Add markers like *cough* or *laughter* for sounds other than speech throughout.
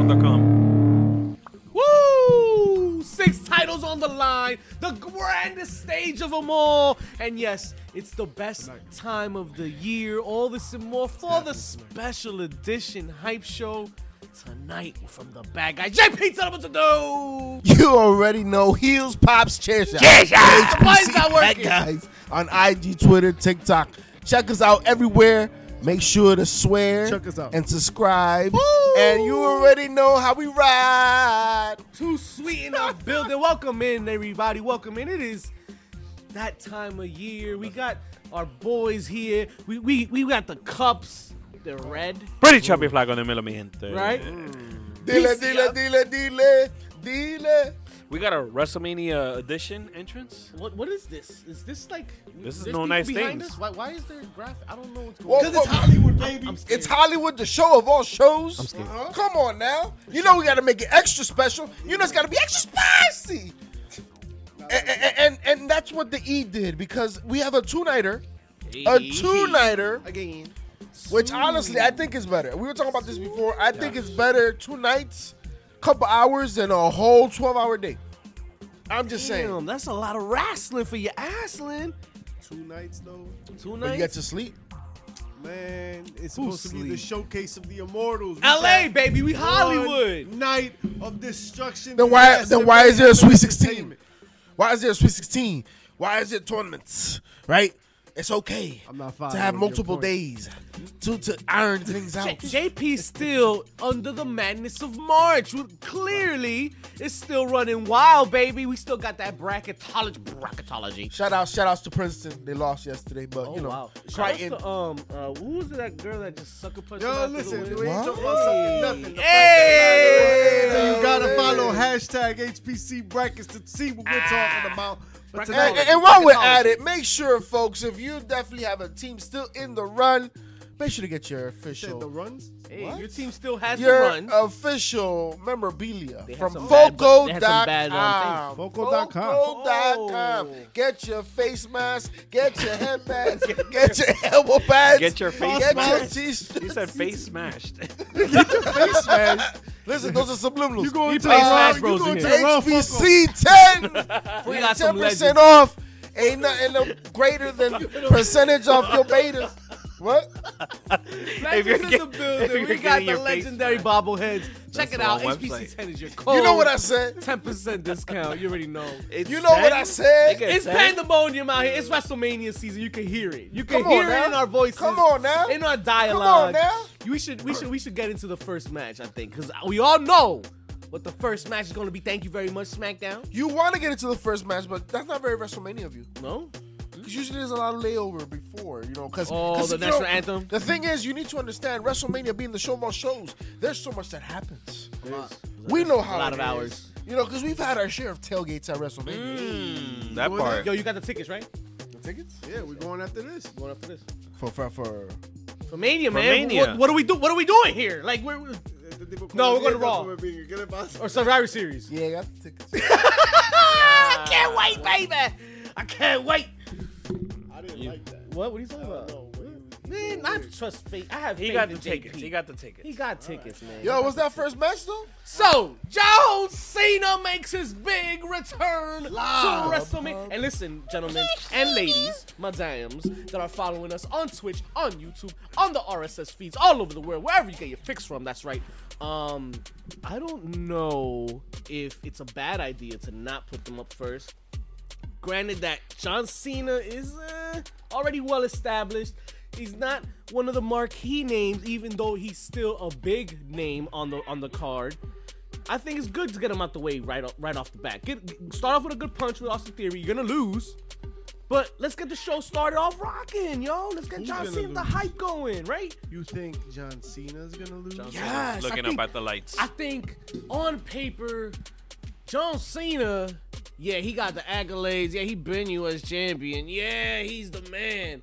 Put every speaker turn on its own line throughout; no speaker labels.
jackbanana.com. Woo! Six titles on the line, the grandest stage of them all. And yes, it's the best time of the year. All this and more for the special edition hype show tonight from the bad guy. JP, tell them what to do!
You already know heels, pops, chair shots.
Chair shots! The mic not
Bad
working.
guys on IG, Twitter, TikTok. Check us out everywhere. Make sure to swear
Check us out.
and subscribe. And you already know how we ride.
Too sweet in the building. Welcome in, everybody. Welcome in. It is that time of year. We got our boys here. We we, we got the cups. They're red,
Pretty choppy flag on the middle, mi gente.
right?
Dile,
Peace,
dile,
yeah.
dile, dile, dile.
We got a WrestleMania edition entrance.
What what is this? Is this like
This is
there's
no
people
nice
behind
things.
us? Why, why is there graphic? I don't know what's
Whoa,
going on.
whoa.
Hollywood, baby.
I'm scared.
It's Hollywood, the show of all shows. I'm
scared.
Come on now. You know we got to make it extra special. You know it's got to be extra spicy. And, and, and that's what the E did because we have a two nighter, a
E.
two nighter,
Again.
which honestly I think is better. We were talking about this before. I think it's better two nights, couple hours, than a whole 12 hour day. I'm just
Damn,
saying.
that's a lot of wrestling for your asslin.
Two nights though,
Two
But you got
nights.
to sleep.
man. It's
Who's
supposed to be the
sleep?
showcase of the immortals. We
LA,
got
baby, we
one
Hollywood.
night of destruction.
Then why?
Yes,
then why is there a Sweet Sixteen?
entertainment.
Why is there a Sweet Sixteen? Why is it tournaments? Right? It's okay.
I'm not
to
following
have
your
multiple
point.
days to to iron things out.
J- JP still under the madness of March. who Clearly, is still running wild, baby. We still got that bracketology. Bracketology.
Shout out, shout outs to Princeton. They lost yesterday, but
Oh
you know,
wow! Shout
Crichton.
out to, um, uh, who was that girl that just sucker punched? him
Yo,
out through
listen,
the
we
window?
ain't
What?
talking about something, nothing.
Hey!
So you gotta follow hashtag HPC brackets to see what we're
Ah.
talking about. But
And, and-
tonight-
and while we're at it, make sure, folks, if you definitely have a team still in the run, make sure to get your
Shit,
official
the runs.
Hey,
What?
your uh, team still has the
your
run.
official memorabilia
They had
from
some bad- they had some bad, um,
Foco.com.
things. Foco.com.
Foco.com.
Oh.
Get your face mask, get
*laughs*
your headbands, get your elbow pads,
Get your face
get your
mask.
t-shirt.
You said face *laughs* smashed.
face mask. Listen, those are subliminals.
You going to
plays
the
Smash
wrong-
Bros
you
in
going to
here.
the wrong Foco.
HBC 10.
we
Get
got some
10%
legends.
off. Ain't nothing no greater than
*laughs*
percentage of your betas. What?
Legends
you're
in
get-
the
if
building.
you're
We got
getting
the
your face
legendary bobbleheads. Check
the
it out.
wrong
HBC
website.
10 is your code.
You know what I said?
10% discount. You already know.
It's
You know what I said?
Nigga,
It's
10?
pandemonium out here. It's WrestleMania season. You can hear it. You can
Come on
hear
now.
it in our voices.
Come on now.
In our dialogue.
now.
We should we should we should get into the first match, I think, because we all know what the first match is gonna be. Thank you very much, SmackDown.
You want to get into the first match, but that's not very WrestleMania of you.
No?
Because usually there's a lot of layover before, you know. Because
Oh, the national anthem?
The thing is, you need to understand WrestleMania being the show of all shows. There's so much that happens. We know how
a lot
it
of
is.
hours.
You know, because we've had our share of tailgates at WrestleMania.
Mm, that part.
Yo, you got the tickets, right?
Tickets
Yeah, we're going after this.
Going up for this.
for for for.
For Mania,
For
man.
Mania.
What, what are we do? What are we doing here? Like we're, we're- No, we're going to Raw. or Survivor Series.
Yeah, I got the tickets.
*laughs* I can't wait, baby. I can't wait.
I didn't like that.
What? What are you talking
I
about?
don't know.
Man, I trust faith. I have
He
faith
got
in
the
JP.
tickets. He got the tickets.
He got tickets, man.
Yo, was that first match though?
So, John Cena makes his big return to WrestleMania. And listen, gentlemen and ladies, madams that are following us on Twitch, on YouTube, on the RSS feeds, all over the world, wherever you get your fix from, that's right. Um, I don't know if it's a bad idea to not put them up first. Granted that John Cena is uh, already well established. He's not one of the marquee names, even though he's still a big name on the on the card. I think it's good to get him out the way right off, right off the bat. Get start off with a good punch with Austin Theory. You're gonna lose, but let's get the show started off rocking, yo. Let's get
Who's
John
gonna
Cena the
lose?
hype going, right?
You think John Cena's gonna lose?
Yes,
Looking
I think,
up at the lights.
I think on paper, John Cena, yeah, he got the accolades. Yeah, he been U.S. champion. Yeah, he's the man.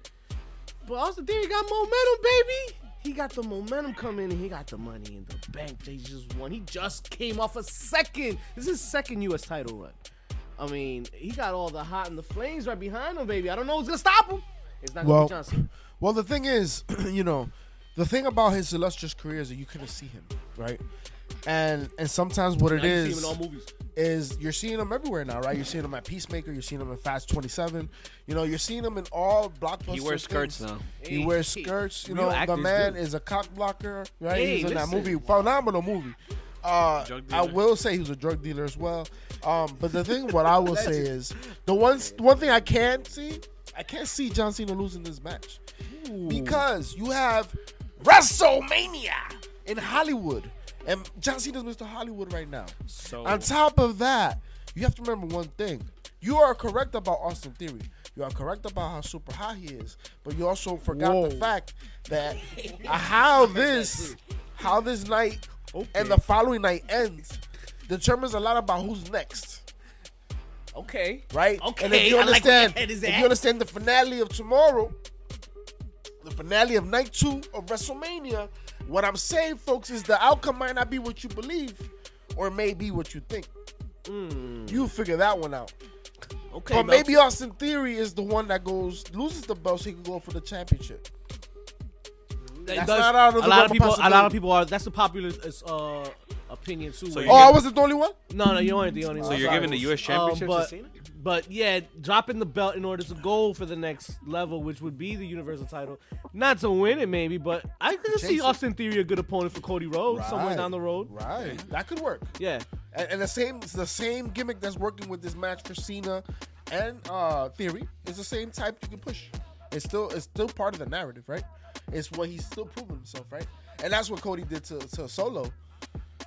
But Austin Theory got momentum, baby. He got the momentum coming and he got the money in the bank. They just won. He just came off a second. This is his second U.S. title run. I mean, he got all the hot and the flames right behind him, baby. I don't know who's gonna stop him. It's not gonna
Well,
be John Cena.
*clears throat* Well, the thing is, you know, the thing about his illustrious career is that you couldn't see him. right? And and sometimes what
Now
it
you see him in
is
all movies.
is you're seeing them everywhere now, right? You're seeing them at Peacemaker, you're seeing them in Fast 27, you know, you're seeing them in all blockbusters.
He wears skirts
things.
now.
He wears skirts. You
Real
know, the
actors
man
do.
is a cock blocker, right?
Hey,
He's in that
listen.
movie, phenomenal movie. Uh,
Drug
I
dealer.
will say he was a drug dealer as well. Um, but the thing, what I will say is, the one one thing I can see, I can't see John Cena losing this match because you have WrestleMania in Hollywood, and John Cena's Mr. Hollywood right now.
So
On top of that, you have to remember one thing. You are correct about Austin Theory. You are correct about how super high he is, but you also forgot the
Whoa.
fact that how this how this night and the following night ends determines a lot about who's next,
Okay.
right?
Okay.
And if you
I like where your
understand,
head is
if
at.
you understand the finale of tomorrow, the finale of night two of WrestleMania, what I'm saying, folks, is the outcome might not be what you believe, or may be what you think. You figure that one out.
Hmm. Okay.
But
Meltzer.
maybe Austin Theory is the one that goes loses the belt so he can go for the championship.
That
That's
does-
not out of
a
the
lot of
realm of
people. A lot of
possibility.
people are. That's the popular uh, opinion too.
So
right?
you
Oh,
get-
I wasn't the only one.
no, no, you aren't the only
So
one.
you're
Sorry.
giving the U.S. championship
Uh,
to
but,
Cena?
but yeah, dropping the belt in order to go for the next level, which would be the Universal title. Not to win it, maybe, but I could see
Jason.
Austin Theory a good opponent for Cody Rhodes somewhere
Right.
down the road.
Right, that could work.
Yeah.
And, and the same it's the same gimmick that's working with this match for Cena and uh, Theory is the same type you can push. It's still it's still part of the narrative, right? It's what he's still proving himself, right? And that's what Cody did to, to Solo.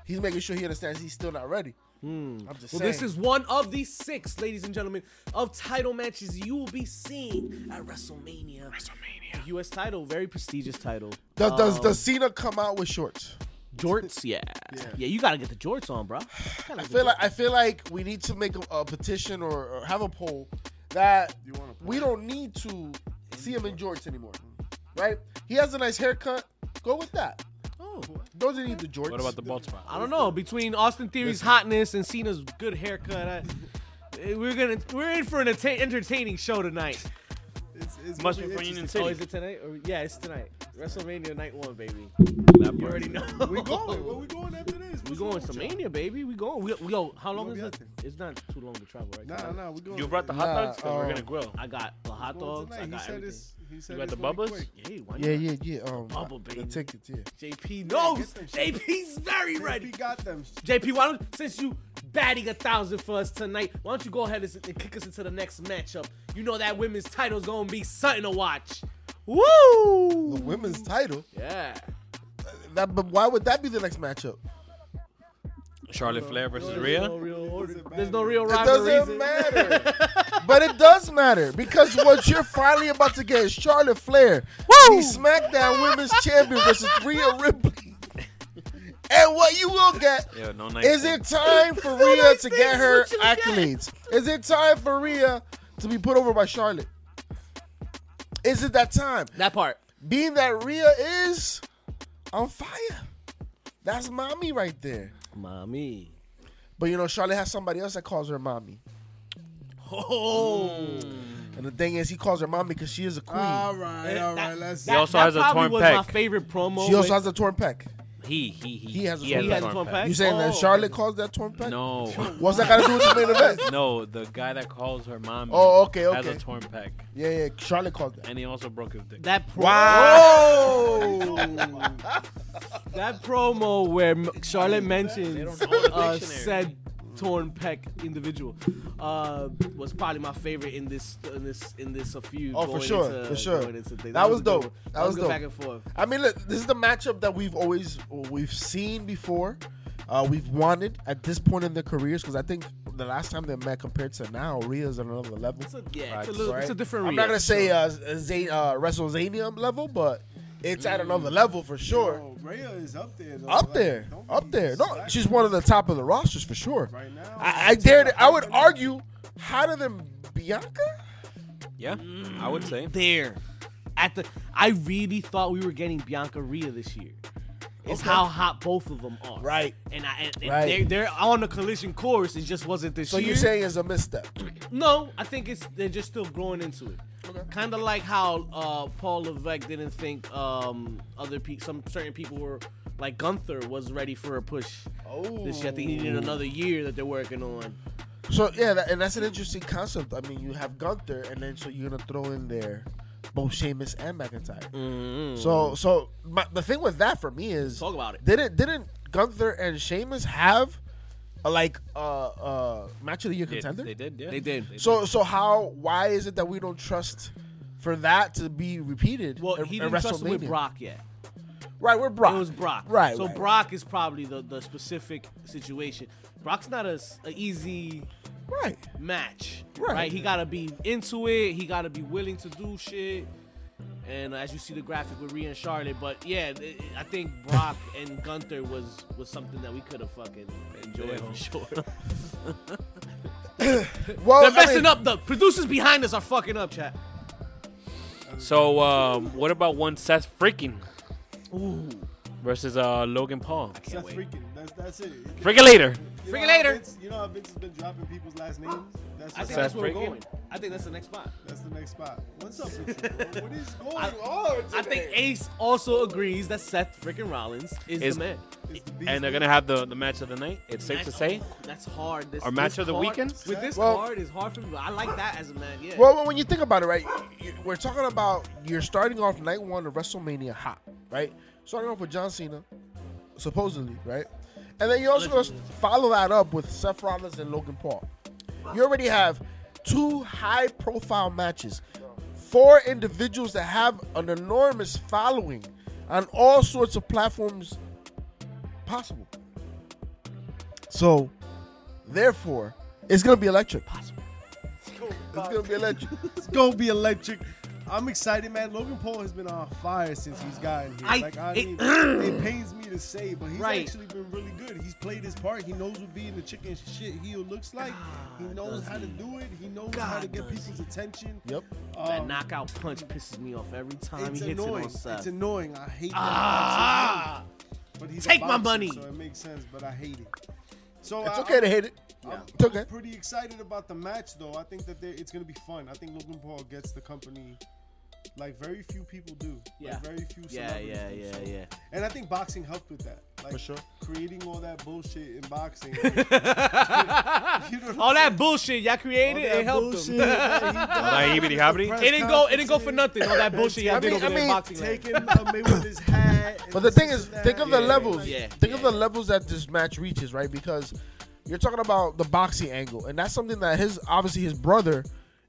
He's making sure he understands he's still not ready. I'm
Hmm.
just
Well,
saying.
this is one of the six, ladies and gentlemen, of title matches you will be seeing at WrestleMania. WrestleMania. U.S. title, very prestigious title.
does, does
Um,
does Cena come out with shorts?
jorts? *laughs* Yeah. yeah. you gotta get the jorts on, bro.
I feel like I feel like we need to make a, a petition or, or have a poll that
You want a
we don't need to see him in jorts anymore, right? He has a nice haircut. Go with that.
Oh.
Doesn't need the jorts.
what about the bald spot?
I don't know. Between Austin Theory's hotness and Cena's good haircut, I, eh, we're gonna we're in for an atta- entertaining show tonight.
It's, it's
Must
gonna
be from Union
interesting.
Oh,
City.
is it tonight? Or, yeah, it's tonight. WrestleMania night one, baby.
That
You
part.
already know.
We going? Where we going after this?
*laughs* We
What's
going
wrong
to
with y'all?
Mania, baby. We going. We, we go. How long
gonna
is
be
it?
out
It's not too long to travel, right?
Nah, nah, we going.
You brought the hot
Nah,
dogs because we're
uh,
gonna grill.
I got the hot
Going
dogs.
tonight.
I
He
got
said
everything.
it's- he said
You got
it's
the
gonna be
bubbas?
quick.
Yeah, why
Yeah,
not?
yeah, yeah. Um,
Bubble
the
baby.
tickets. Yeah.
JP knows.
get them shit.
JP's very ready.
He got them.
JP, why don't since you batting a thousand for us tonight, why don't you go ahead and, and kick us into the next matchup? You know that women's title's gonna be something to watch. Woo!
The women's title.
Yeah.
That, but why would that be the next matchup?
Charlotte Flair versus
There's no
Rhea.
real, order.
Doesn't
There's no real
It
rivalry.
*laughs*
doesn't matter. but it does matter because what you're finally about to get is Charlotte Flair,
Woo!
the SmackDown Women's Champion versus Rhea Ripley. And what you will get
Yeah, no nice.
is it time for Rhea
nice
to
things
get her
what you get.
accolades? Is it time for Rhea to be put over by Charlotte? Is it that time?
That part.
Being that Rhea is on fire, that's mommy right there.
Mommy.
But you know, Charlotte has somebody else that calls her mommy.
Oh.
And the thing is, he calls her mommy because she is a queen.
All right, all right.
That-
Let's.
that-
also
that
has a
probably
torn
was
pec.
my favorite promo.
she also
when-
has a torn pec.
He he he.
He has a
he has a torn pec.
You saying that
Oh.
Charlotte calls that torn pec?
No,
What's that got to do with the
*laughs*
main event?
no, the guy that calls her mom.
Oh, okay,
Has
okay.
a torn pec,
Yeah, yeah. Charlotte calls that.
and he also broke his dick.
That pro- *laughs*
Wow.
that promo where M- Charlotte mentions
own a
uh,
dictionary.
said torn pec individual uh, was probably my favorite in this in this in this feud.
Oh, for
going
sure,
into-
for sure.
going into things.
That was
a good
dope.
one.
That
That was
was
good
dope.
back and forth.
I mean, look, this is the matchup that we've always we've seen before. Uh, we've wanted at this point in their careers because I think the last time they met compared to now, Rhea's at another level.
It's a, yeah,
Facts,
it's a, little, it's
right?
a different.
I'm not gonna
react.
say uh, Z- uh, WrestleZania level, but it's at another level for sure.
Yo, Rhea is up there. Though.
Up
Like,
there,
don't
up
be
there. No,
slacking.
she's one of the top of the rosters for sure.
Right now,
I, I dare. to- I would argue hotter than Bianca.
Yeah, I would say.
there at the. I really thought we were getting Bianca Rhea this year. It's how hot both of them are.
Right.
And, I, and, and
Right.
They're, they're on a collision course. It just wasn't this
So
year.
you're saying it's a misstep?
No, I think it's they're just still growing into it. Kind of like how uh, Paul Levesque didn't think um, other people, some certain people were Like Gunther was ready for a push.
Oh.
This year, I think he needed another year that they're working on.
So yeah, that, and that's an interesting concept. I mean, you have Gunther, and then so you're gonna throw in there both Sheamus and McIntyre. So so my, the thing with that for me is
Mm-hmm. Talk about it.
Didn't didn't Gunther and Sheamus have a, like a uh, uh, match of the year
They,
contender?
they did, yeah.
They did.
So so how why is it that we don't trust for that to be repeated?
Well,
in-
he
in
didn't trust it with
WrestleMania?
Brock yet.
Right, we're Brock.
It was Brock.
Right.
So
right.
Brock is probably the, the specific situation. Brock's not a, s- a easy
Right.
match.
Right.
Right. He gotta be into it. He gotta be willing to do shit. And uh, as you see the graphic with Rhea and Charlotte, but yeah, th- I think Brock and Gunther was was something that we could have fucking enjoyed for sure.
*laughs*
Well,
They're
I
messing
mean,
up. The producers behind us are fucking up, chat.
So, um, what about one Seth freaking
Ooh,
versus uh, Logan Paul?
That's
wait.
freaking. That's that's it.
Freaking later.
You know
Freaking
how
later.
Vince- you know how Vince has been dropping people's last names. That's
I think
just-
that's
Seth
where we're
Frickin'?
going. I think that's the next spot.
That's the next spot. What's up with you?
*laughs*
Bro? What is going
I-
on? Today?
I think Ace also agrees that Seth freaking Rollins is,
Is-
the man.
It's the beast
And they're
mode.
gonna have the, the match of the night. It's safe
Match-
to say.
that's hard. This,
Our match
this
of the
card-
weekend?
with this
Well-
card is hard for me. but I like that as a man. Yeah.
Well, well, when you think about it, right, you- we're talking about you're starting off night one of WrestleMania hot, right? Starting off with John Cena, supposedly, right? And then you're also going to follow that up with Seth Rollins and Logan Paul. You already have two high profile matches, four individuals that have an enormous following on all sorts of platforms possible. So, therefore, it's going to be electric. It's going to be electric.
It's gonna be electric. I'm excited, man. Logan Paul has been on fire since he's gotten here.
I-
like, I
it-
mean,
*clears throat*
it pains me to say, but he's
Right.
actually been really good. He's played his part. He knows what being the chicken shit heel looks like. he knows how to do it. He knows how to
God,
get
does
people's attention.
Yep.
That
Um,
knockout punch pisses me off every time
it's
he hits
annoying.
it on Seth.
It's annoying. I hate that.
Ah!
But he's a
Take my
boxer,
money.
So it makes sense, but I hate it. So
It's
I-
okay to hate it.
I'm
It's okay.
pretty excited about the match, though. I think that they- it's going to be fun. I think Logan Paul gets the company like very few people do.
Yeah.
Like very few
yeah,
celebrities
yeah,
do.
yeah,
So-
yeah.
And I think boxing helped with that. Like,
For sure.
Creating all that bullshit in
*laughs*
boxing. You know what
All
I'm
that
saying?
bullshit y'all created, it helped *laughs*
bullshit
him.
that he
*laughs*
does.
hibbity hobbity?
Press
It didn't go. It didn't go for
conferences,
nothing. All that bullshit y'all
I
did
mean-
over
I
there in
mean,
boxing. land.
Taking a man with his hat. and
But the thing
this
is,
and
think
that.
of the
Yeah,
levels.
yeah,
think of the
yeah.
levels that this match reaches, right? Because you're talking about the boxing angle, and that's something that his obviously his brother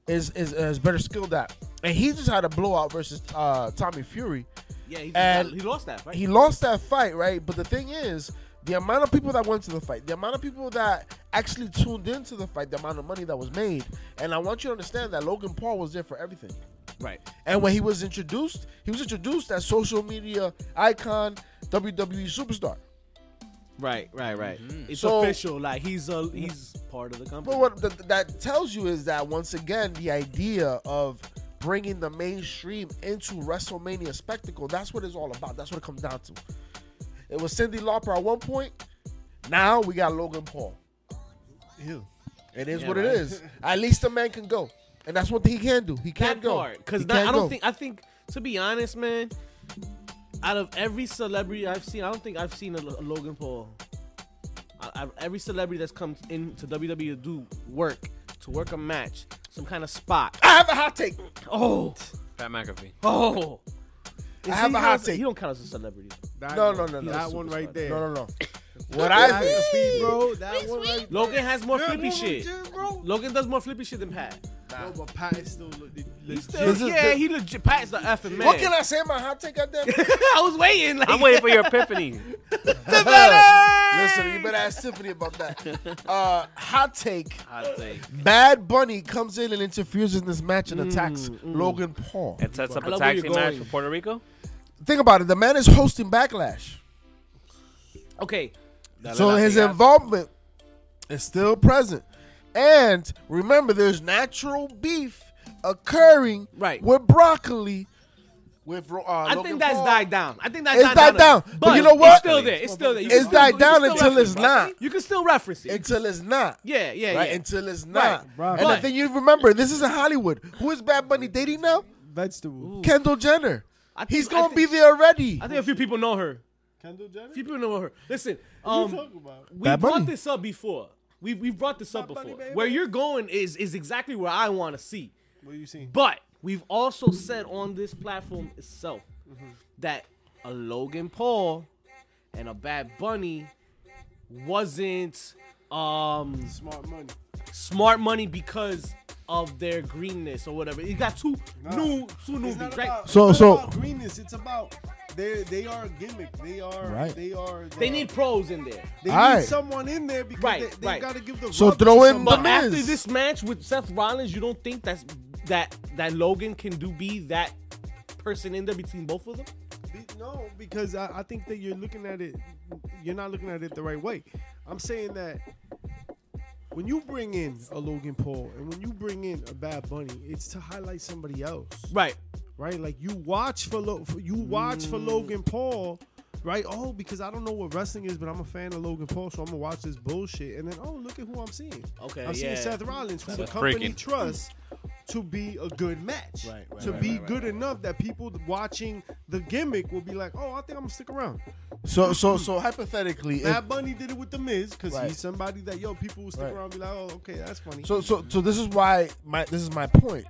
is is, is better skilled at, and he just had a blowout versus uh, Tommy Fury.
Yeah, he, just
And-
got- he lost that. Right?
He lost that fight, right? But the thing is, the amount of people that went to the fight, the amount of people that actually tuned into the fight, the amount of money that was made, and I want you to understand that Logan Paul was there for everything.
right.
And when he was introduced, he was introduced as social media icon, WWE superstar.
Right. Right. Right. It's
Mm-hmm. So-
official. Like he's a he's part of the company.
But what th- that tells you is that once again, the idea of bringing the mainstream into WrestleMania spectacle, that's what it's all about. That's what it comes down to. It was Cindy Lauper at one point. Now we got Logan Paul.
Ew.
It is
Yeah,
what it
right.
is. At least a man can go. And that's what he can do. He
that
can't go.
part because
He can't
I don't
go.
think I think to be honest, man. Out of every celebrity I've seen, I don't think I've seen a, L- a Logan Paul. I, I, every celebrity that's come into WWE to do work, to work a match, some kind of spot.
I have a hot take.
Oh,
Pat McAfee.
oh.
I have
he
a hot
don't-
take.
He don't count as a celebrity.
That
No,
one.
no, no, no.
That one right there.
No,
*laughs*
no, no. What I
That
think,
beat, bro. That one right
Logan has more flippy
That one
shit.
legit, bro.
Logan does more flippy shit than Pat.
No, but Pat is still le-
He's
legit.
still,
This is
yeah,
the-
he legit. Pat's the effing man.
What
*laughs*
can I say? My hot take out there.
I was waiting. Like,
I'm waiting for your
*laughs*
epiphany.
Listen, you better ask Tiffany about that. Uh, hot take:
Hot take.
Bad Bunny comes in and interferes in this match
Mm,
and attacks Logan Paul.
It sets up
I
a
love where
taxi
you're
match
going.
for Puerto Rico.
Think about it. The man is hosting Backlash,
Okay,
so his involvement is still present. And remember, there's natural beef occurring
Right.
with broccoli. With uh,
I think that's died down. I think that's
It's died down.
But,
But you know what?
It's still there. It's still there. You
It's
can still-
died
you can
down
still
until
reference
it's
it.
not.
You can still reference it.
until it's not.
yeah, yeah,
Right
yeah.
until it's not,
Right.
and the
But-
thing you remember, this is in Hollywood. Who is Bad Bunny dating now?
Vegetable.
Kendall Jenner.
I think-
He's
I
gonna
think-
be there already.
I think a few people know her.
Kendall Jenner?
Few people know about her. Listen,
What are you
um,
talking about?
we
Bad
brought
Bunny.
this up before. We we brought this up
Bad Bunny,
before.
baby.
Where you're going is is exactly where I want to see.
What are you seeing?
But we've also said on this platform itself that a Logan Paul and a Bad Bunny wasn't um
Smart money.
smart money because of their greenness or whatever. You got two
Nah.
new two
It's
newbies,
not
right?
about,
So-
it's
so-
not about greenness. It's about they they are a gimmick. They are
Right.
they are the-
They need pros in there.
they need
Alright.
someone in there because
Right,
they, they
right.
gotta give the
So
rub
throw in
to
the
somebody.
But
Miz.
after this match with Seth Rollins, you don't think that's that that Logan can do be that person in there between both of them?
Be- No, because I, I think that you're looking at it, you're not looking at it the right way. I'm saying that when you bring in a Logan Paul and when you bring in a Bad Bunny, it's to highlight somebody else,
Right.
right? Like you watch for, Lo- for you watch for
Mm.
Logan Paul. Right? Oh, because I don't know what wrestling is, but I'm a fan of Logan Paul, so I'm gonna watch this bullshit. And then, oh, look at who I'm seeing.
Okay,
I'm
yeah. Mm.
seeing Seth Rollins, who the
Seth
company
freaking-
trusts to be a good match,
Right, right,
to
right,
be
right, right,
good
right.
enough that people watching the gimmick will be like, oh, I think I'm gonna stick around.
So so so hypothetically, if-
Bad Bunny did it with the Miz because
Right.
he's somebody that yo people will stick
Right.
around and be like, oh, okay, that's funny.
so so so this is why my this is my point.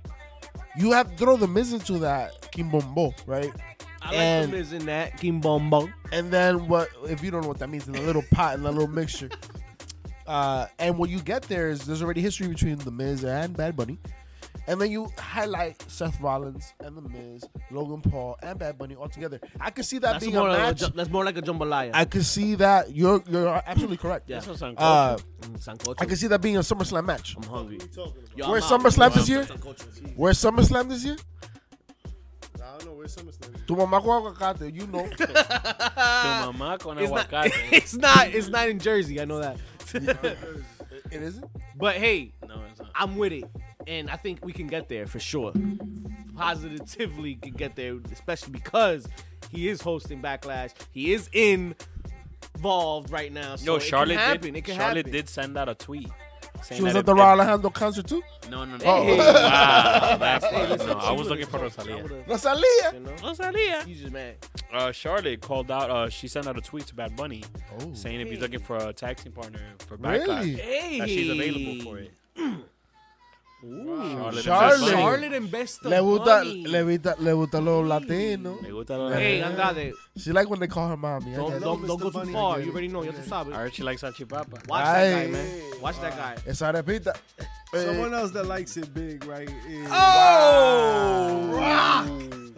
You have to throw the Miz into that Kimbombo, right?
I like
And-
the Miz in that. King Bombo.
And then what? If you don't know what that means, in a little pot, in a
*laughs*
little mixture. Uh, and what you get there is there's already history between the Miz and Bad Bunny, and then you highlight Seth Rollins and the Miz, Logan Paul and Bad Bunny all together. I could see that
That's
being a
more, like a,
match.
ju- that's more like a jambalaya.
I could see that. You're you're absolutely correct.
Yeah.
That's what
Uh,
Mm, sancocho.
I could see that being a SummerSlam match.
I'm hungry. Yo,
Where's
I'm out.
SummerSlam this
I'm
year?
sancocho.
Where's SummerSlam this year?
I don't know where's SummerSlam.
Tu mamá con aguacate,
*laughs*
you know.
Tu mamá con
Ah, It's not,
aguacate.
*laughs* it's not. It's not in Jersey. I know that. *laughs*
it isn't.
but hey,
no, it's not.
I'm with it, and I think we can get there for sure. Positively can get there, especially because he is hosting Backlash. He is in- involved right now. So
Yo,
it
Charlotte
can happen.
did.
It can
Charlotte
happen.
did send out a tweet. Saying
She was
that
at the
if-
Raw Alejandro concert too.
No, no, no.
Oh.
Wow, that's
Hey, listen,
no, I
she
was looking
would've
for
talked. I
Rosalia.
would've- You
Rosalia.
know,
Rosalia.
he's just mad.
Oh. Uh, Charlotte called out. Uh, she sent out a tweet to Bad Bunny
Oh.
saying if he's looking for a taxing partner for Backlash,
Really?
Hey,
that she's available for it. Charlotte. is
Charlotte.
just funny.
Charlotte and Best
Le gusta,
Bunny.
le gusta, le gusta lo latino.
Me gusta la-
Hey, Andrade,
She like when they call her mommy. I
don't,
guess.
don't,
Mr.
don't go too
Bunny,
far.
I get
You
it.
already know. Ya tu
I
sabes.
heard she likes salchipapa.
Watch that guy,
Aye.
man. Watch that guy.
Esa repita. Eh,
Someone else that likes it big, right? Is
Oh,
Rock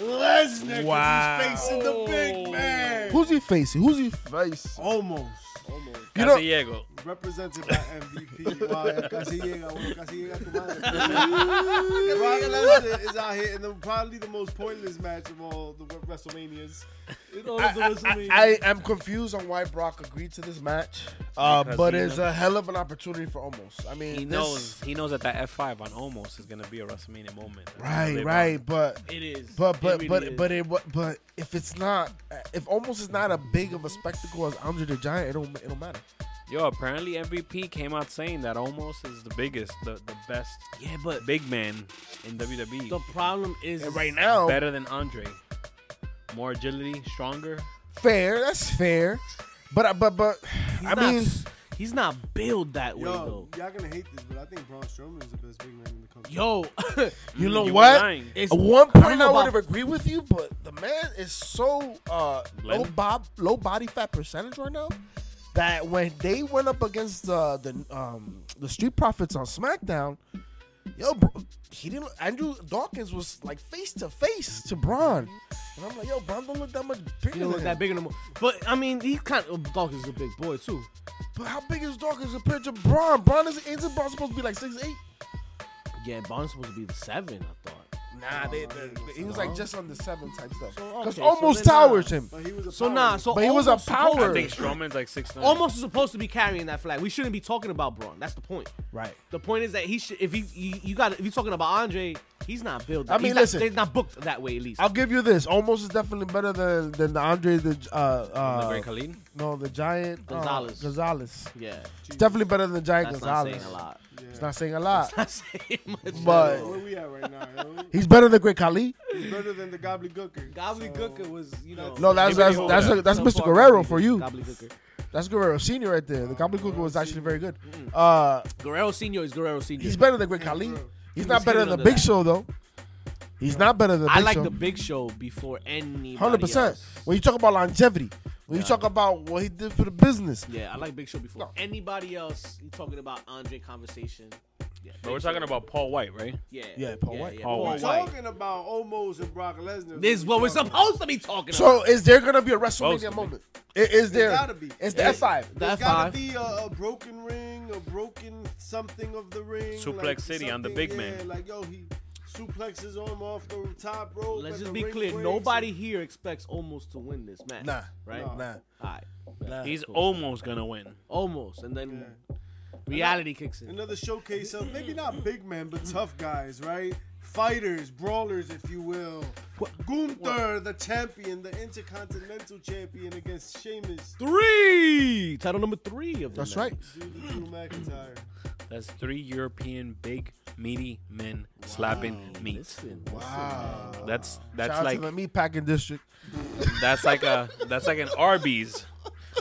Lesnar. 'cause
Wow.
He's facing the big man.
Who's he facing? Who's he facing?
Almost. Almost.
You know,
Diego.
Represented by *laughs* MVP. Wow, casi llega, bueno, casi llega tu *laughs* madre. Brock Lesnar is out here in the, probably the most pointless match of all the WrestleManias.
It all
I,
is the
I,
WrestleMania.
I- I am confused on why Brock agreed to this match, uh,
Because
but
he
it's
knows-
a hell of an opportunity for almost. I mean,
He
this-
knows. He knows that that F five on almost is gonna be a WrestleMania moment. That's gonna
Right,
live
right, but
It is.
But but
It really
but
is.
but it wa- but if it's not if almost is not a big of a spectacle as Andre the Giant, it don't it don't matter.
on. Yo, apparently MVP came out saying that almost is the biggest, the, the best
yeah, but
big man in WWE.
the problem is
And right now,
Better than Andre. More agility, stronger.
fair that's fair, but I- but but
He's
I
not,
mean
he's not built that way
Yo,
though.
y'all gonna hate this, but I think Braun Strowman is the best big man in the company.
Yo, *laughs*
you
Mm,
know
you were
what?
lying.
It's-
At one
I don't
point
know
I would
about-
have agreed with you, but the man is so uh, low
Blend?
bob low body fat percentage right now that when they went up against the the um the Street Profits on SmackDown. Yo, bro, he didn't. Andrew Dawkins was like face to face to Braun, and I'm like, yo, Braun don't look that much bigger. *laughs*
you know
than
look
him.
that big anymore. But I mean, he's kind of dog is a big boy too.
But how big is Dawkins compared to Braun? Braun is isn't Braun supposed to be like six eight?
Yeah, Bond's supposed to be the seven. I thought.
Nah, they, they, he was like just on the seven type stuff.
So,
Because
okay, so
almost
then, uh,
towers him.
But he was a
So
power
nah,
man.
so
But he was a
almost supposed-
power.
I think Strowman's like six nine.
Almost is supposed to be carrying that flag. We shouldn't be talking about Braun. That's the point.
Right.
The point is that he should. If he, you, you got, if you're talking about Andre, He's not built.
I mean,
He's not-
listen.
they're not booked that way at least.
I'll give you this. Almost is definitely better than than the Andre the uh
the
uh
Great Khalid.
no the giant uh,
Gonzalez.
Gonzalez.
yeah,
It's definitely better than giant
that's not
Gonzalez.
saying a lot. *laughs*
It's not saying a lot.
Not saying much.
*laughs* But-
Where we at right now? yo?
He's better than Great Khali.
He's better than the gobbledygooker.
Gobbledygooker was, you know.
No, that's
Anybody
that's
hold
that's,
that?
a, that's
so
Mr.
far
Guerrero for you.
Gobbledygooker.
That's Guerrero Senior right there. The Gobbledygooker was actually very good. Uh,
Guerrero Senior is Guerrero Senior.
he's better than Great Khali. He's not
He's
better
hidden
than
under
the Big
that.
Show though. He's not better than
I
Big
like
Show.
the Big Show before any.
Hundred percent. When you talk about longevity, when you talk about what he did for the business,
Yeah, I like Big Show before
No.
anybody else. You talking about Andre conversation? Yeah,
But we're
Big
talking
Show.
about Paul White, right?
yeah,
Yeah, Paul White.
Paul
We're
White.
talking about Omos and Brock Lesnar.
This is what we're
talking-
supposed to be talking about.
So is there gonna be a
Supposed to
WrestleMania
be.
moment? I- Is there?
gotta be.
It's the
Yeah.
F five.
That
There's
five.
gotta be a, a broken ring, a broken something of the ring.
Suplex
like
City on the
something-
big man.
Yeah, like yo, he suplexes him off the top rope.
Let's just
and the
be
ring
clear.
breaks.
Nobody here expects almost to win this match.
Nah,
right?
nah.
Nah,
All right,
nah.
He's almost gonna win.
almost, and then reality kicks in.
Another showcase of maybe not big men, but tough guys, right? Fighters, brawlers, if you will. Gunther, the champion, the intercontinental champion against Sheamus.
Three title number three of the
That's
night.
right.
Drew the Drew McIntyre.
That's three European big meaty men slapping meat.
Listen, Ah.
Wow.
That's
Shout
that's
out
like
to the meat packing district.
*laughs* that's like a that's
*laughs*
like an Arby's.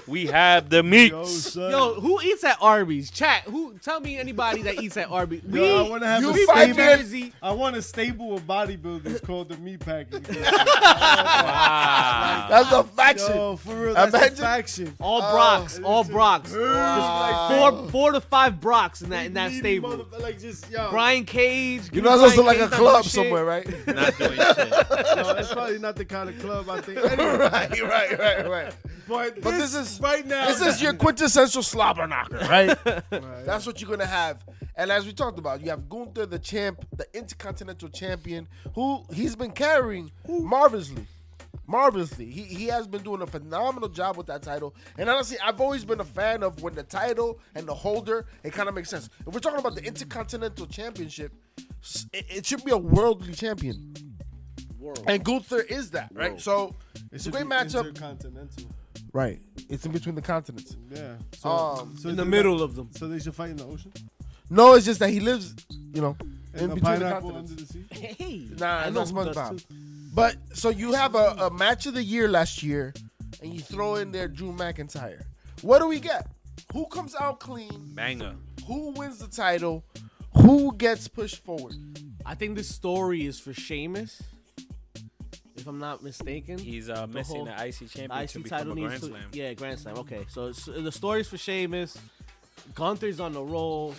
We have the meats. *laughs*
Yo, son.
Yo, who eats at Arby's? Chat. Who? Tell me anybody that eats at Arby's. We,
*laughs* Yo, I wanna have
you
a
from
fight, man.
Jersey.
I want a stable of bodybuilders called
*laughs*
the Meatpacking.
wow.
That's a faction.
Yo, for real, that's
Imagine-
a faction.
All Brocks. all
listen.
Brocks.
Wow.
There's Like four, four to five Brocks in that in that
Meaty
stable.
motherf- Like just, yo,
Brian Cage.
You know that's also like a club somewhere, right?
Not
*laughs*
doing shit.
no, it's probably not the kind of club I
*laughs*
think.
right, *laughs* right, right, right.
but,
But
this,
this is
right now.
this
*laughs*
is your quintessential slobber knocker, right? That's what you're gonna have. And as we talked about, you have Gunther, the champ, the intercontinental champion, who he's been carrying marvelously. Marvelously, he, he has been doing a phenomenal job with that title. And honestly, I've always been a fan of when the title and the holder it kind of makes sense. If we're talking about the Intercontinental Championship, s- it, it should be a worldly champion, and Gunther is that, right? So it's a great matchup,
Intercontinental.
right? It's in between the continents.
Yeah. So,
Um,
so
in the
they-
middle of them.
So they should fight in the ocean?
No, it's just that he lives, you know, in,
In, the
between the
pineapple
continents.
under the sea?
Hey.
Nah,
I know
not
who does
SpongeBob.
too.
But so you have a, a match of the year last year, and you throw in there Drew McIntyre. What do we get? Who comes out clean?
Banger.
Who wins the title? Who gets pushed forward?
I think this story is for Sheamus, if I'm not mistaken.
He's uh, missing
whole
the IC
The
championship to
IC
become
title
a
needs
Grand
to,
Slam.
yeah, Grand Slam. Okay, so it's, the story's for Sheamus. Gunther's on the roll.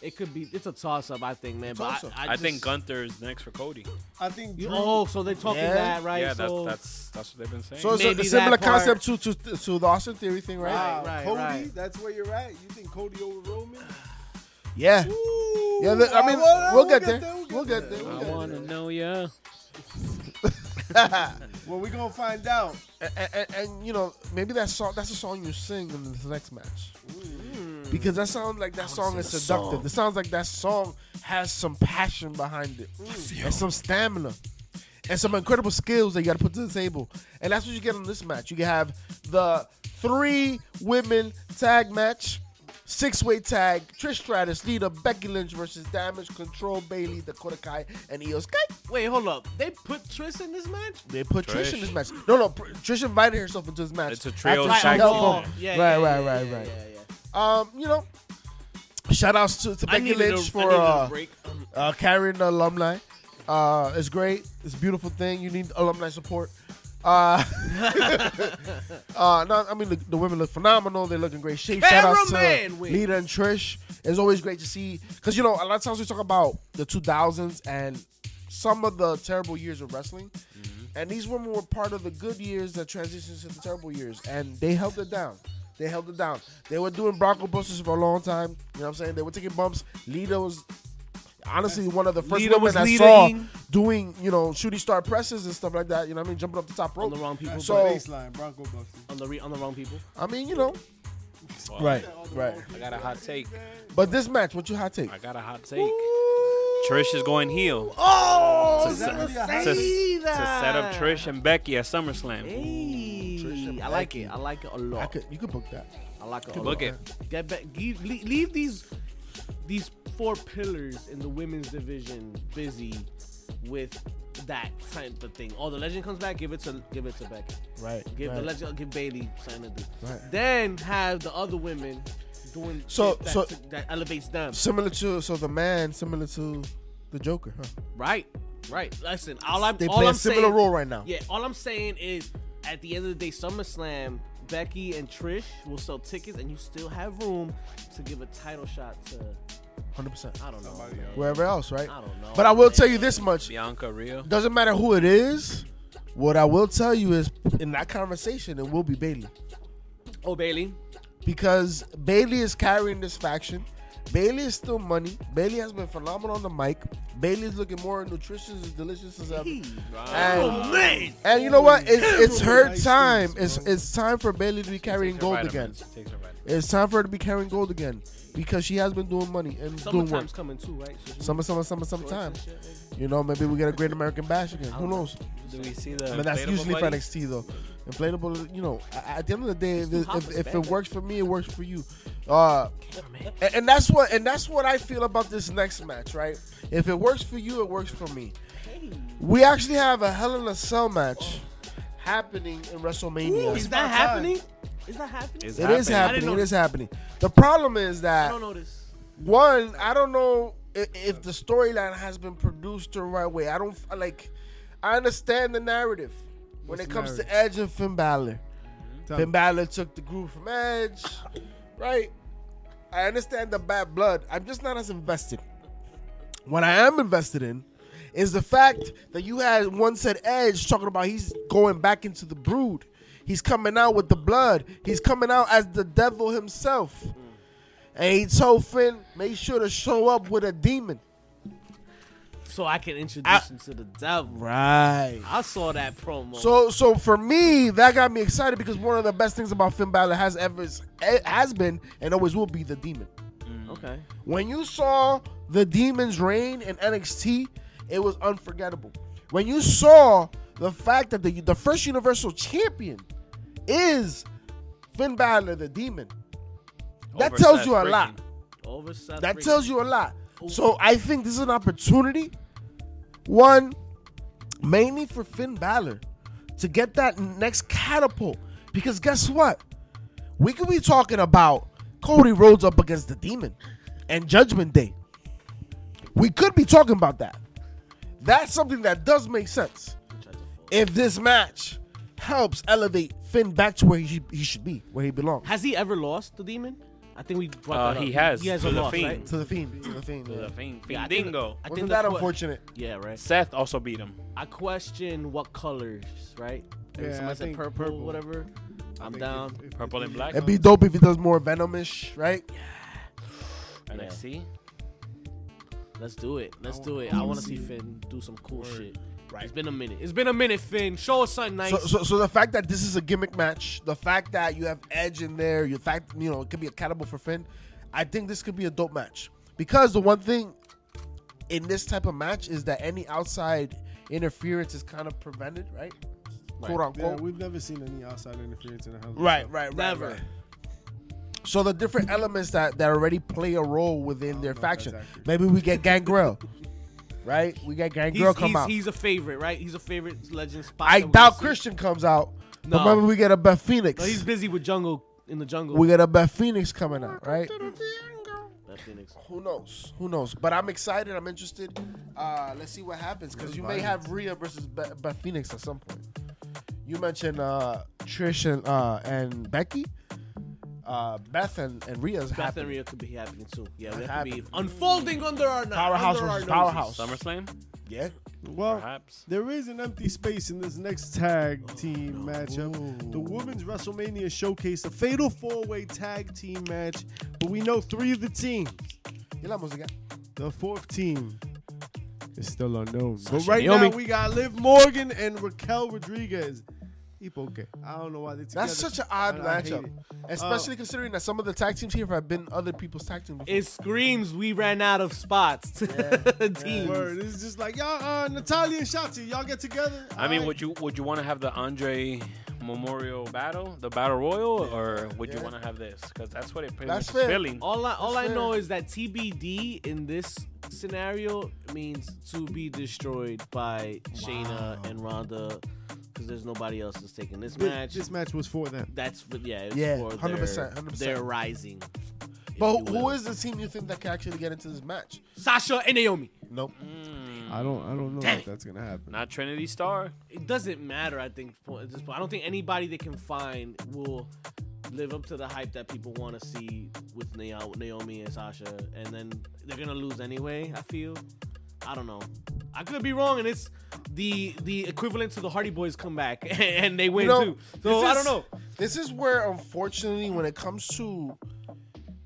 It could be. It's a toss up, I think, man. But
Toss-up.
I, I,
I
just,
think Gunther is next for Cody.
I think
You,
Drew,
oh, so they're talking
Yeah.
that right?
yeah,
so,
that's that's that's what they've been saying.
So it's a-
Maybe
a similar
that part-
concept to, to to the Austin Theory thing, right?
wow,
Right, right,
Cody,
right.
that's where you're at. You think Cody over Roman?
Yeah.
Ooh,
Yeah, the- I mean,
well,
we'll get there. We'll get there.
I wanna know ya.
Well, we're going to find out.
And, and, and, you know, maybe that song that's a song you sing in this next match. Because that sounds like that song is seductive. It sounds like that song has some passion behind it. And some stamina. And some incredible skills that you gotta put to the table. And that's what you get in this match. You can have the three women tag match. Six way tag, Trish Stratus, Lita, Becky Lynch versus Damage Control, Bailey, Dakota Kai, and Io Sky.
Wait, hold up. They put Triss in this match?
They put Trish.
Trish.
in this match. No, no, pr- Trish invited herself into this match.
It's a trio
after she
tag
helped
team.
him.
oh, Yeah,
right,
yeah,
right,
yeah,
right,
yeah,
right.
yeah, yeah.
Um, you know, shout outs to, to
I
Becky
needed a,
Lynch
I
for
needed
uh,
a break. Um,
uh, carrying the alumni. Uh, it's great. It's a beautiful thing. You need alumni support. Uh, *laughs* uh, no, I mean the, the women look phenomenal. They look in great shape. Shout outs to
Cameraman win.
Lita and Trish. It's always great to see because you know a lot of times we talk about the 2000s and some of the terrible years of wrestling,
Mm-hmm.
and these women were part of the good years that transitioned to the terrible years, and they held it down. They held it down. They were doing Bronco Busters for a long time. You know what I'm saying? They were taking bumps. Lita was honestly one of the first
Lita
women
was
I saw
leading.
doing, you know, shooting star presses and stuff like that. You know what I mean? Jumping up the top
on
rope.
the wrong people.
So-
but-
Baseline, Bronco Buster.
on the re- on the wrong people.
I mean, you know. Right, right.
I got a hot take.
But this match, what you hot take?
I got a hot take. Trish is going heel
Oh,
It's a
I was
set-
gonna
it's a-
say
to set up
that.
Trish and Becky at SummerSlam.
Eh? Hey,
Trish and
I like
Becky.
it. I like it a
I
lot.
could, you could book that.
I like it a lot.
Book it.
Get back. Give, leave, leave these these four pillars in the women's division busy with that type of thing. Oh, the legend comes back. Give it to give it to Becky.
Right.
Give the
right.
legend. Give Bailey something to do.
Right.
Then have the other women doing
So-
shit that,
so-
that elevates them.
Similar to so the man, similar to the Joker, huh?
Right. Right. Listen, all I'm
They
all
play
I'm
a similar
saying,
role right now.
Yeah, all I'm saying is at the end of the day, SummerSlam, Becky and Trish will sell tickets, and you still have room to give a title shot to
Hundred percent.
I don't know. man.
Wherever else, right?
I don't know.
But I will
man.
tell you this much:
Bianca Rhea.
doesn't matter who it is. What I will tell you is, in that conversation, it will be Bailey
Oh, Bailey.
because Bailey is carrying this faction. Bailey is still money. Bailey has been phenomenal on the mic. Bailey is looking more nutritious and delicious as ever.
Hey.
And,
Oh, man.
and you know what? It's, it's her
Nice
time.
things,
It's
bro.
it's time for Bailey to be carrying gold again. It's time for her to be carrying gold again because she has been doing money and doing work.
Summertime's coming too, right? So she-
Summer, summer, summer, summertime.
shorts and shit, maybe?
You know, maybe we get a Great American Bash again. Who knows?
Do we see the?
But that's
inflatable
usually for
buddy?
NXT though. Inflatable, you know. a- At the end of the day, if,
too hot
if,
for
if it
spandex.
works for me, it works for you. Uh,
Cameraman.
and, and that's what and that's what I feel about this next match, right? If it works for you, it works for me. We actually have a Hell in a Cell match happening in WrestleMania.
Ooh, is that
about
happening? Is that happening?
It's happening.
It is
I didn't
happening.
know
It
that.
is happening. The problem is
I
that
don't know this.
one, I don't know if, if the storyline has been produced the right way. I don't like. I understand the narrative when
What's
it
the
comes to
narrative?
Edge and Finn Balor.
Tell
Finn
me.
Balor took the groove from Edge, right? I understand the bad blood. I'm just not as invested. What I am invested in is the fact that you had one said Edge talking about he's going back into the brood. He's coming out with the blood. He's coming out as the devil himself. And he told Finn, make sure to show up with a demon.
So I can introduce him to the devil.
Right.
I saw that promo.
So, so for me, that got me excited because one of the best things about Finn Balor has ever has been and always will be the demon.
okay.
When you saw the demon's reign in NXT, it was unforgettable. When you saw the fact that the the first Universal Champion is Finn Balor, the demon, that
Over
tells
Seth
you a
Freakin'.
lot.
Over Seth
That
Rollins.
tells you a lot. So I think this is an opportunity. One, mainly for Finn Balor to get that next catapult. Because guess what? We could be talking about Cody Rhodes up against the demon and Judgment Day. We could be talking about that. That's something that does make sense. If this match helps elevate Finn back to where he, should- he should be, where he belongs.
Has he ever lost the demon? I think we brought
Uh,
that up.
he has,
He has
to
a
the
loss,
Fiend.
right?
To the fiend. To the fiend. Yeah.
The Fiend.
Yeah, I think-
Dingo.
I
Wasn't
think
that
the que-
unfortunate?
Yeah, right.
Seth also beat him.
I question what colors, right? And
Yeah,
somebody
I
said
think
purple,
purple.
whatever. I'm
Like,
down.
if- if-
Purple
if
and
you-
black.
It'd be dope if he does more Venomish, right?
NXT.
Let's do it. Let's
I
do
wanna
it. I want to
see
see
it.
Finn do some cool shit.
Right.
It's been a minute. It's been a minute, Finn. Show us something nice.
So, so, so the fact that this is a gimmick match, the fact that you have Edge in there, the fact you know it could be a catapult for Finn, I think this could be a dope match because the one thing in this type of match is that any outside interference is kind of prevented, right? Quote
Yeah,
unquote.
we've never seen any outside interference in the house.
right, right, right,
Never.
right. So the different elements that that already play a role within their
know if
faction.
that's accurate.
Maybe we get Gangrel, *laughs* right? We got
He's,
Gangrel come
he's,
out.
he's a favorite, right? He's a favorite legend spot.
I
that we
doubt
see.
Christian comes out.
No.
But remember, we get a Beth Phoenix.
No, he's busy with jungle in the jungle.
we got a Beth Phoenix coming out, right?
That Phoenix.
Who knows? Who knows? But I'm excited. I'm interested. Uh, let's see what happens because you may have Rhea versus Be- Beth Phoenix at some point. You mentioned uh, Trish and uh, and Becky. Uh, Beth and, and Rhea's
Beth
happening.
and Rhea could be happening too. Yeah, we
That's
have to be
happening.
unfolding under our under
Powerhouse
our noses.
versus powerhouse. Oh.
SummerSlam.
Yeah.
Well,
Perhaps.
there is an empty space in this next tag team
Oh,
matchup. The women's WrestleMania showcased a fatal four-way tag team match, but we know three of the teams.
Y la música.
The fourth team is still unknown. but right
Naomi.
now we got Liv Morgan and Raquel Rodriguez People okay. I don't know why they together.
That's such an odd
and I hate
matchup,
it.
Uh,
especially considering that some of the tag teams here have been other people's tag team. Before.
It screams we ran out of spots. *laughs* Teams.
Word. It's just like y'all, uh, Natalia and Shotzi, y'all get together.
I mean,
Alright.
would you would you want to have the Andre Memorial Battle, the Battle Royal, or would you want to have this? Because that's what it pretty
That's
much is
fair.
feeling.
All I all I
That's
know
fair.
is that TBD in this scenario means to be destroyed by Shayna and Ronda because there's nobody else that's taking this
Thi-
match.
This match was for them.
that's for, yeah, it's
Yeah,
for
100%,
their,
100%.
their rising. if
But
you
who
will.
is the team you think that can actually get into this match?
Sasha and Naomi?
Nope.
I don't. I don't know
Mm. Dang.
if that's gonna happen.
Not Trinity Star.
It doesn't matter. I think for- at this point, I don't think anybody they can find will live up to the hype that people want to see with Na- Naomi and Sasha, and then they're gonna lose anyway. I feel. I don't know. I could be wrong, and it's the the equivalent to the Hardy Boys come back *laughs* and they win
You know,
too. So
this
I
is-
don't know.
This is where, unfortunately, when it comes to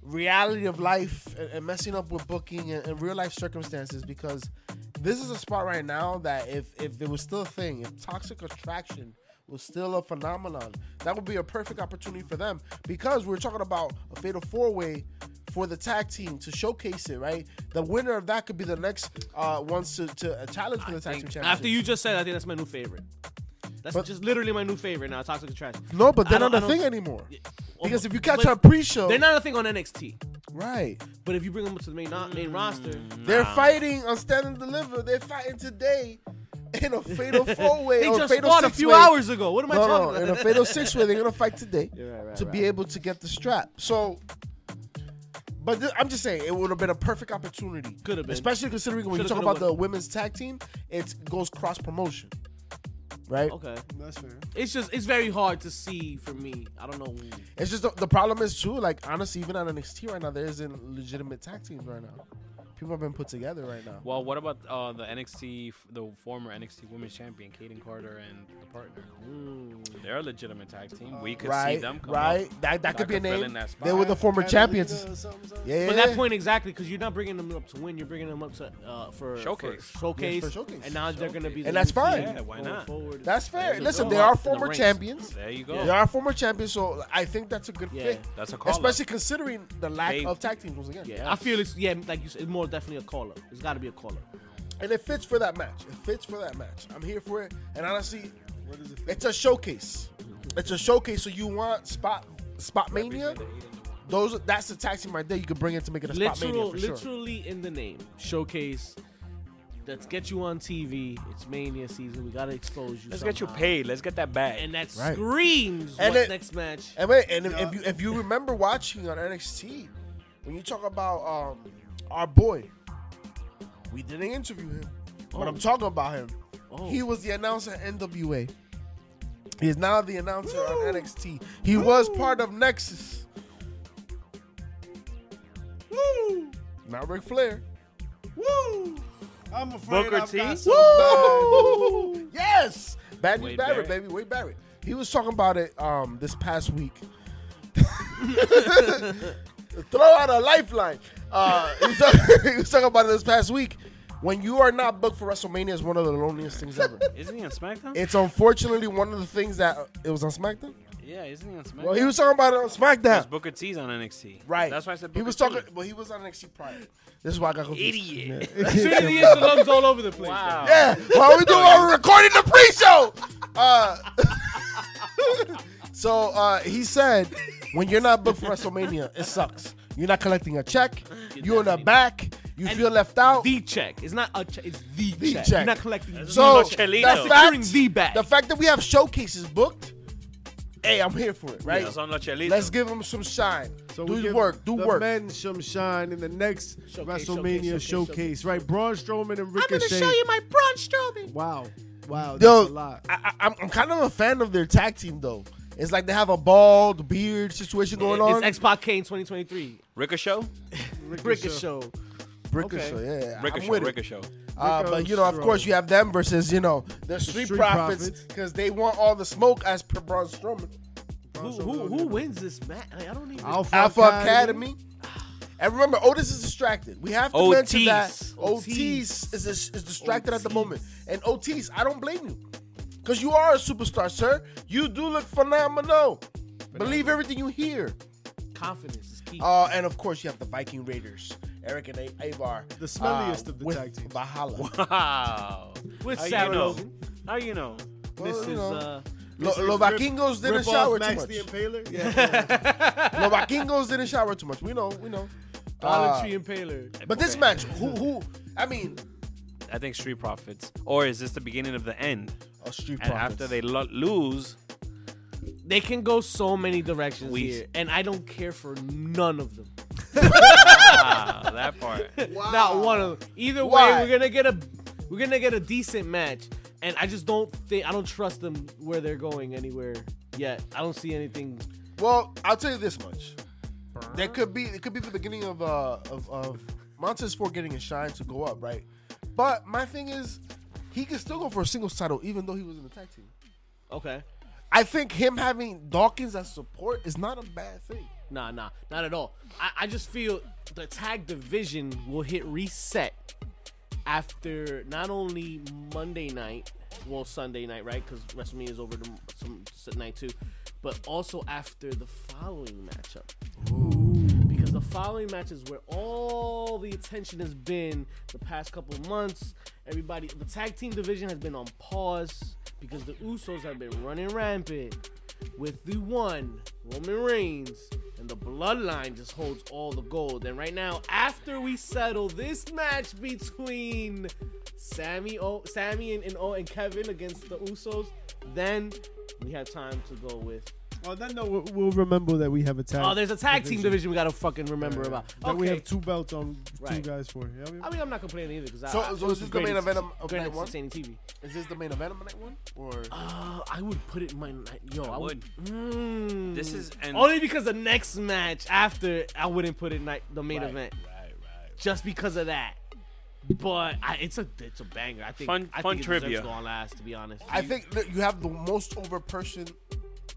reality of life and, and messing up with booking and, and real life circumstances, because this is a spot right now that if if there was still a thing, if toxic attraction was still a phenomenon, that would be a perfect opportunity for them because we're talking about a fatal four way. For the tag team to showcase it, right? The winner of that could be the next uh, ones to, to uh, challenge for the tag team championship.
After you just said, I think that's my new favorite. That's
But-
just literally my new favorite now. Toxic Attraction.
no, but
I
they're
don't-
not
I
a
don't-
thing anymore. Because if you
But
catch our pre-show,
they're not a thing on NXT.
right.
But if you bring them up to the main main roster,
They're fighting on Stand and Deliver. They're fighting today in a
*laughs*
fatal four way.
They
or
just
fatal
fought a
six
few
way.
hours ago. What am I
No,
talking
no,
about?
in a
*laughs*
*laughs*
fatal six way, they're gonna fight today
right, right,
to be able to get the strap. So, but th- I'm just saying it would have been a perfect opportunity.
Could have been.
especially considering when you
Shoulda,
talk
coulda,
about the
woulda.
women's tag team, it goes cross promotion, right?
Okay.
That's fair.
It's just it's very hard to see for me. I don't know.
It's just the, the problem is too. Like honestly, even on NXT right now, there isn't legitimate tag teams right now. People have been put together right now.
Well, what about uh, the NXT, f- the former NXT Women's Champion, Kaden Carter, and the partner?
Mm.
They're a legitimate tag team. We could see
right,
them come
right.
up.
That, that could be a
could fill
name.
in that
They were the
spot.
former
Catalina
champions.
or something, something.
Yeah,
But
yeah.
that point exactly because you're not bringing them up to win. You're bringing them up to uh, for
Showcase.
for showcase,
Yes, for showcase.
and now they're gonna be. the
And that's
new team
fine.
Yeah, why
going
not?
forward.
That's fair.
There's a
Listen,
go
they
up
are
in the
former
ranks.
champions.
There you go.
They are former champions, so I think that's a good
Yeah.
fit.
That's a call.
Especially considering the lack
They-
of tag teams once again.
Yeah, I feel it's yeah, like you said, it's more definitely a caller. It's got to be a caller.
And it fits for that match. It fits for that match. I'm here for it. And honestly,
What is it?
it's a showcase. It's a showcase. So you want spot spot mania? Those that's the tag team right there. You can bring it to make it a spot
Literal,
mania for sure.
literally in the name, showcase. Let's get you on TV. It's mania season. We gotta expose you.
Let's get you
somehow.
paid. Let's get that back.
and that
Right.
screams
And
what's
it-
next match.
And wait, and if,
Yeah.
if you if you remember watching on NXT, when you talk about um our boy, we didn't interview him, but I'm talking about him.
Oh.
He was the announcer at NWA. He is now the announcer on NXT. He was part of Nexus.
Woo!
Now Ric Flair.
Woo! I'm afraid
Booker
I've
T?
got some bad-
Woo! *laughs* Yes, Bad News
Wade
Barrett,
Barrett.
baby, Wade Barrett. He was talking about it um this past week. *laughs* Throw out a lifeline. Uh, he, was talking, *laughs* he was talking about it this past week. When you are not booked for WrestleMania, is one of the loneliest things ever.
Isn't he on SmackDown?
It's unfortunately one of the things that uh, it was on SmackDown.
yeah, isn't he on SmackDown?
Well, he was talking about it on
Because
SmackDown,
Booker T's on NXT.
right?
That's why I said Booker
he was
T.
talking. Well, he was on NXT prior. This is why I got confused.
Idiot.
Trinity and Shalom's all over the place.
Wow.
Yeah, while we do while we're recording the pre-show. Uh, *laughs* so uh, he said, when you're not booked for WrestleMania, it sucks. You're not collecting a check. You're in the back. You feel left out.
The check. It's not a check. It's the,
The
check.
check.
You're not collecting. the
so
check.
Marcelino.
the
You're
That's
fact,
securing the bag.
the fact that we have showcases booked, hey, I'm here for it. Right?
That's on La Chelita.
Let's give them some shine.
So we
do
give
work. Do
the
work.
men some shine in the next
Showcase,
WrestleMania
showcase, showcase,
showcase, right? Braun Strowman and
I'm
Ricochet.
gonna show you my Braun Strowman.
Wow, wow, that's a
Yo, I,
lot.
I, I'm, I'm kind of a fan of their tag team though. It's like they have a bald beard situation going on.
It's X Pac Kane 2023.
Ricochet?
Ricochet. Show.
Ricochet, yeah, yeah, I'm
Ricochet.
with it.
Ricochet.
Uh, but you know, of
Ricochet.
course, you have them versus you know the Street,
Street
Profits
Profits.
because they want all the smoke as per Braun Strowman.
Who, who, who wins this match? Like, I don't even.
Alpha,
Alpha
Academy.
Academy. And remember, Otis is distracted. We have to mention that
Otis.
Otis, is, is distracted at the moment. And Otis, I don't blame you. because you are a superstar, sir. You do look phenomenal. Believe everything you hear.
Confidence is key.
Uh, and of course, you have the Viking Raiders, Eric and A- Avar.
The smelliest
uh,
of the
with
tag teams.
Valhalla.
*laughs* Wow.
With
How you
Sarah
know?
Logan.
How you know?
Well,
This
you
is
know.
uh
Lo-
This is
Lo
rip-
Vikingos didn't
Rip off
shower too
Max
much.
the Impaler. Yeah.
Lo Vikingos didn't shower too much. We know, we know.
Dollar
Uh,
Tree Impaler.
But this match, who, who? I mean,
I think Street Profits. Or is this the beginning of the end?
a street
And
Profits.
after they lo- lose,
They can go so many directions
We-
here, and I don't care for none of them.
ah, that
*laughs*
part.
Not one of them. Either way,
Why?
we're gonna get a we're gonna get a decent match, and I just don't think I don't trust them where they're going anywhere yet. I don't see anything.
Well, I'll tell you this much. There could be it could be the beginning of uh of, of Montez Ford getting a shine to go up, right? But my thing is, he could still go for a singles title even though he was in the tag team.
Okay,
I think him having Dawkins as support is not a bad thing.
nah, nah, not at all. I, I just feel the tag division will hit reset after not only Monday night, well Sunday night, right? Because WrestleMania is over tom- some s- night too, but also after the following matchup. Because the following match is where all the attention has been the past couple of months. Everybody, the tag team division has been on pause because the Usos have been running rampant with the one Roman Reigns, and the Bloodline just holds all the gold. And right now, after we settle this match between Sammy, o- Sammy and, and, o- and Kevin against the Usos, then we have time to go with.
On that note, we'll- we'll remember that we have a tag.
Oh, there's a tag team division we gotta fucking remember
Yeah.
about.
That
okay.
we have two belts on two
Right.
guys for. Yeah, I mean-
I mean, I'm not complaining either because
So-
I, I,
so
it
is
was
this
the
the main
greatest-
event of- of
greatest
night one?
entertaining TV.
Is this the main event of night one? Or
Uh, I would put it in my night- yo. I, would.
would.
Mm.
This is and
only because the next match after I wouldn't put it night the main
Right,
event
right, right.
just because of that. But I, it's a it's a banger. I think
Fun-
I
fun
think it deserves
trivia.
to go on last to be honest.
I think that you have the most over person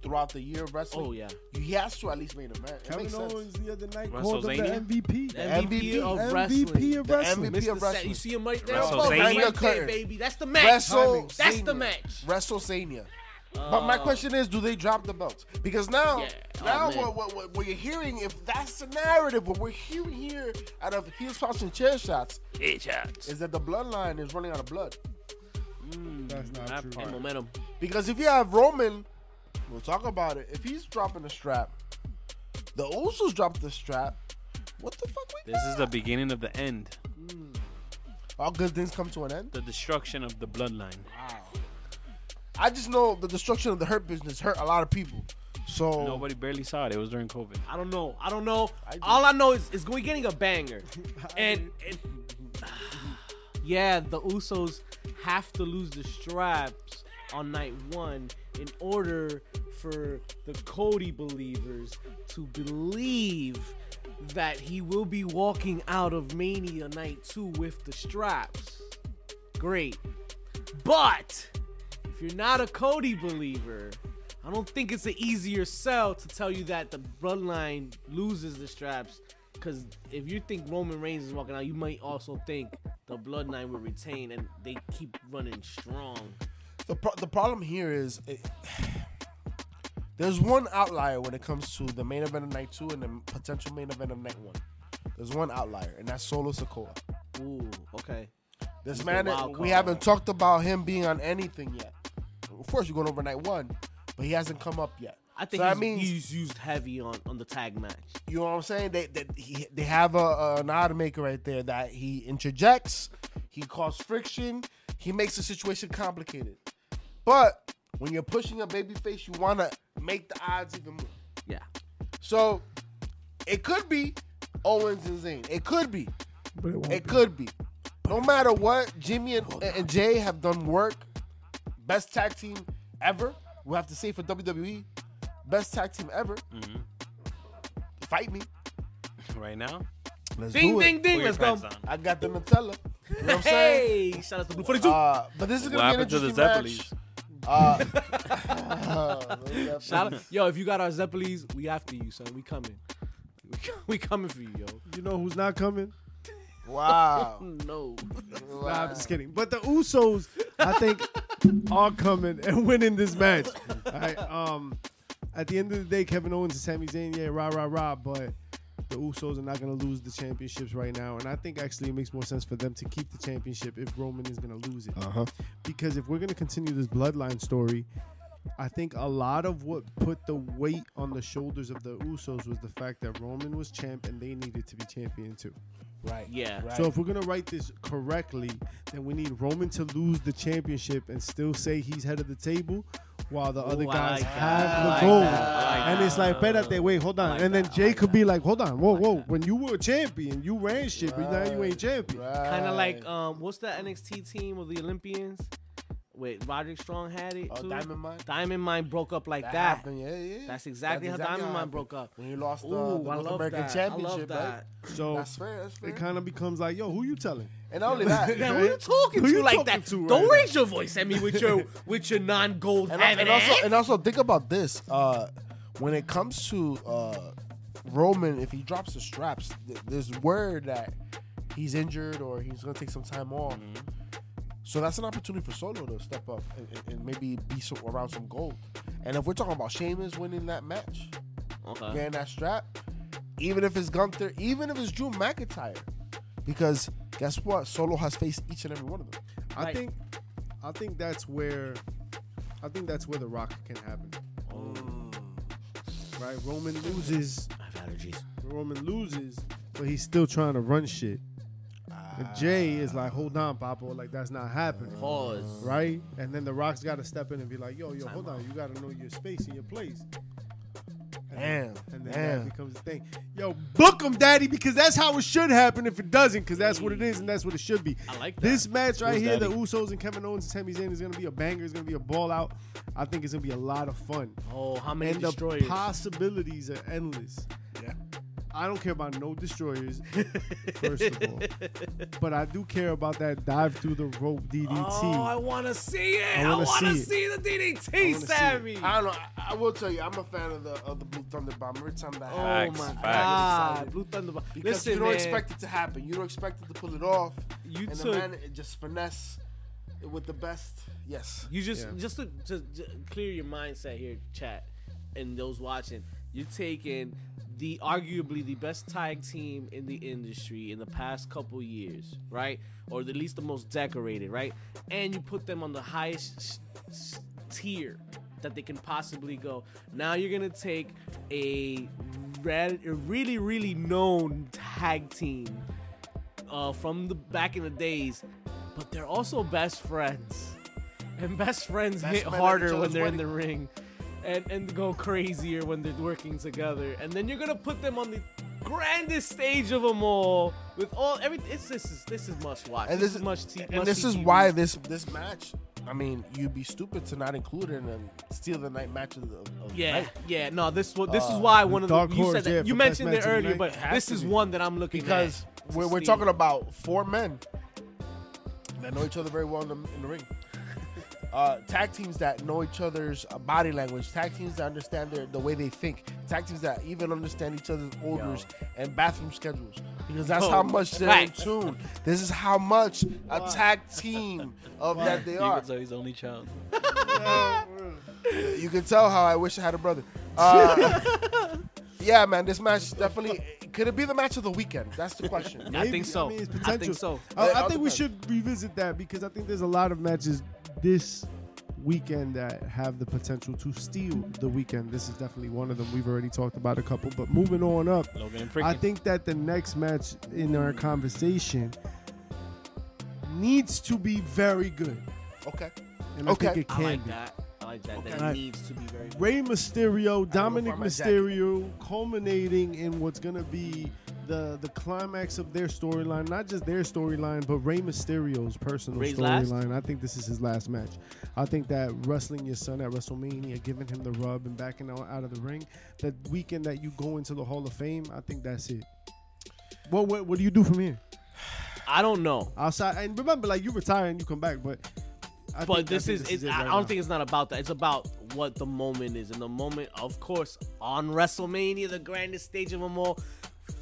throughout the year of wrestling.
Oh, yeah.
He has to at least main event. It
Kevin
makes sense.
Owens the other night called him the
WrestleMania?
MVP.
The MVP,
MVP,
of
MVP
wrestling.
of
The
wrestling.
Mr.
MVP of
Sa-
wrestling.
you see him right there,
Wrestle-
above, right
Zania
there,
Curtain.
baby. That's the match.
Wrestle
That's the match.
WrestleMania. But my question is, do they drop the belts? Because now,
Yeah. Oh,
now
man.
what, what, what, what you're hearing, if that's the narrative, what we're hearing here out of heels, pops, and chair shots,
Eight shots.
is that the bloodline is running out of blood.
That's not
That
true.
part.
And momentum.
Because if you have Roman, we'll talk about it. If he's dropping the strap, the Usos dropped the strap. What the fuck? We
This is the beginning of the end.
all good things come to an end.
The destruction of the bloodline.
I just know the destruction of the hurt business hurt a lot of people. So
Nobody barely saw it. It was during COVID.
I don't know. I don't know.
do.
All I know is, is we getting a banger. and, and *sighs* yeah, the Usos have to lose the straps on night one in order for the Cody believers to believe that he will be walking out of Mania night two with the straps. Great. But if you're not a Cody believer, I don't think it's an easier sell to tell you that the bloodline loses the straps. Because if you think Roman Reigns is walking out, you might also think the bloodline will retain and they keep running strong.
The, pro- the problem here is it, *sighs* there's one outlier when it comes to the main event of night two and the potential main event of night one. There's one outlier, and that's Solo Sokoa.
Ooh, okay.
This
He's
man,
the wild card.
we haven't talked about him being on anything yet. Of course, you're going over night one, but he hasn't come up yet.
I think
so
he's,
that means
he's used heavy on, on the tag match.
you know what I'm saying. They they, he, they have a, a an automaker right there that he interjects, he causes friction, he makes the situation complicated. But when you're pushing a babyface, you want to make the odds even more.
Yeah.
So it could be Owens and Zayn. It could be.
But it won't
It
be.
could be. No matter what, Jimmy and, and Jay have done work. Best tag team ever. We have to say for WWE, best tag team ever. Fight me.
Mm-hmm. Right now,
Let's
Ding,
do it.
ding, ding.
put your
Let's go.
pants on.
I got the Nutella. You know what I'm saying?
Hey, shout out to Blue 42.
Uh, but this is
What
gonna
happened
be
to
an
the
interesting match.
Zeppelis?
*laughs* Uh,
shout out. Yo, if you got our Zeppelis, we after you, son. We coming. *laughs* We, we coming for you, yo.
You know who's not coming?
wow.
No. *laughs*
Nah, I'm just kidding. But the Usos, I think are coming and winning this match. All right, um, at the end of the day, Kevin Owens and Sami Zayn, yeah, rah rah rah, but the Usos are not going to lose the championships right now, and I think actually it makes more sense for them to keep the championship if Roman is going to lose it,
Uh huh.
because if we're going to continue this bloodline story. I think a lot of what put the weight on the shoulders of the Usos was the fact that Roman was champ and they needed to be champion too.
Right.
Yeah.
Right.
So if we're gonna write this correctly, then we need Roman to lose the championship and still say he's head of the table, while the other
Ooh, I
guys
like that.
have
I like
the gold.
that. I like
and it's like, that wait, hold on.
like
and then
that. I
Jay
like
could
that.
be like, hold on, whoa,
like
whoa.
that.
When you were a champion, you ran shit, but now you ain't champion.
Kind of like um, what's that NXT team of the Olympians? Wait, Roderick Strong had it
Oh,
too.
Diamond Mine?
Diamond Mine broke up like that.
happened, yeah, yeah.
That's exactly how Diamond Mine broke up.
When you lost the,
Ooh,
the
I
North
love
American
that. I
Championship,
love
right? *laughs*
that.
So
That's fair. That's fair.
it kind of becomes like, yo, who you telling?
and not only
*laughs*
that,
Yeah, who you talking
Who
to
you
like
talking
that?
to right
Don't
now?
raise your voice at me with
*laughs*
your with your non-gold
and, al- and
having
also,
ass.
and also think about this. Uh, when it comes to uh, Roman, if he drops the straps, th- there's word that he's injured or he's gonna take some time off.
Mm-hmm.
So that's an opportunity for Solo to step up and, and- and maybe be so, around some gold. And if we're talking about Sheamus winning that match,
Okay.
getting that strap, even if it's Gunther, even if it's Drew McIntyre, because guess what? Solo has faced each and every one of them.
I
Right.
think, I think that's where, I think that's where the Rock can happen.
Mm.
Right, Roman loses.
I have allergies.
Roman loses, but he's still trying to run shit. And Jay is like, hold on, Papa, like that's not happening.
Pause.
Right? And then the Rock's gotta step in and be like, yo, yo, hold on, you gotta know your space and your place.
Damn,
And then
damn.
that becomes a thing. Yo, book him, daddy, because that's how it should happen if it doesn't, because that's what it is and that's what it should be.
I like that.
This match right
Who's
here, the
daddy?
Usos and Kevin Owens and Sami Zayn is gonna be a banger, it's gonna be a ball out. I think it's gonna be a lot of fun.
Oh, how many
And the
destroyers?
possibilities are endless.
Yeah.
I don't care about
*laughs*
no destroyers, first of all. But I do care about that dive through the rope DDT.
Oh, I want to see it.
I
I
wanna
want to
see it.
see, the DDT,
see it.
Sammy.
I don't know. I, I will tell you, I'm a fan of the of the Blue Thunder Bomb. Every time that
Oh
happens,
my
Facts, facts.
God, Blue Thunder. Bomb.
because
Listen,
you don't
man,
expect it to happen. You don't expect it to pull it off.
You
and
took-
the man it just finesse it with the best. Yes.
You just
Yeah.
just to, to, to clear your mindset here, chat, and those watching, you're taking the arguably the best tag team in the industry in the past couple years, right? Or at least the most decorated, right? And you put them on the highest sh- sh- tier that they can possibly go. Now you're gonna take a, re- a really really known tag team uh, from the back in the days, but they're also best friends. And best friends
Best
hit
men at each
harder when
other's
they're in the ring and, and go crazier when they're working together. And then you're gonna put them on the grandest stage of them all with all everything it's this is this is must watch.
And
this,
this
is
is-
must see.
and this is why this this match. I mean, you'd be stupid to not include it and steal the night match of the. Of the
Yeah,
night.
yeah, no, this wa- this
Uh,
is why one of the
Dark
you
Horse,
said that
yeah,
you
for best
mentioned
match
it
of the
earlier,
night.
but
Has
this
to
is
be.
one that I'm looking
because
at.
we're, we're talking about four men that know each other very well in the, in
*laughs*
the ring. Uh, tag teams that know each other's uh, body language, tag teams that understand their, the way they think, tag teams that even understand each other's orders and bathroom schedules. Because that's
Yo,
how much they're
facts.
in tune. This is how much a tag team of that they are.
his only child.
Ah,
You can tell how I wish I had a brother.
*laughs*
Uh, yeah, man, this match is definitely could it be the match of the weekend? That's
*laughs*
the question.
I think so. I,
mean, it's
think
potential.
so.
I,
Yeah,
I
all
think we
depends.
should revisit that because I think there's a lot of matches this weekend that have the potential to steal the weekend. This is definitely one of them. We've already talked about a couple, but moving on up,
Logan and
I
Freaky.
think that the next match in our conversation needs to be very good,
Okay.
and I think
Okay.
it
I
can
like
be.
that. I like that. That
Alright.
needs to be very
Rey Mysterio, Dominic
where my jacket-
Mysterio, culminating in what's gonna be the the climax of their storyline. Not just their storyline, but Rey Mysterio's personal
Rey's last?
storyline. I think this is his last match. I think that wrestling your son at WrestleMania, giving him the rub and backing out out of the ring, that weekend that you go into the Hall of Fame, I think that's it. Well, what, what do you do from here?
I don't know.
Outside, and remember, like you retire and you come back, but I
But
think- I
this
think
is, it, I
right
don't
now.
think it's not about that. It's about what the moment is. And the moment, of course, on WrestleMania, the grandest stage of them all,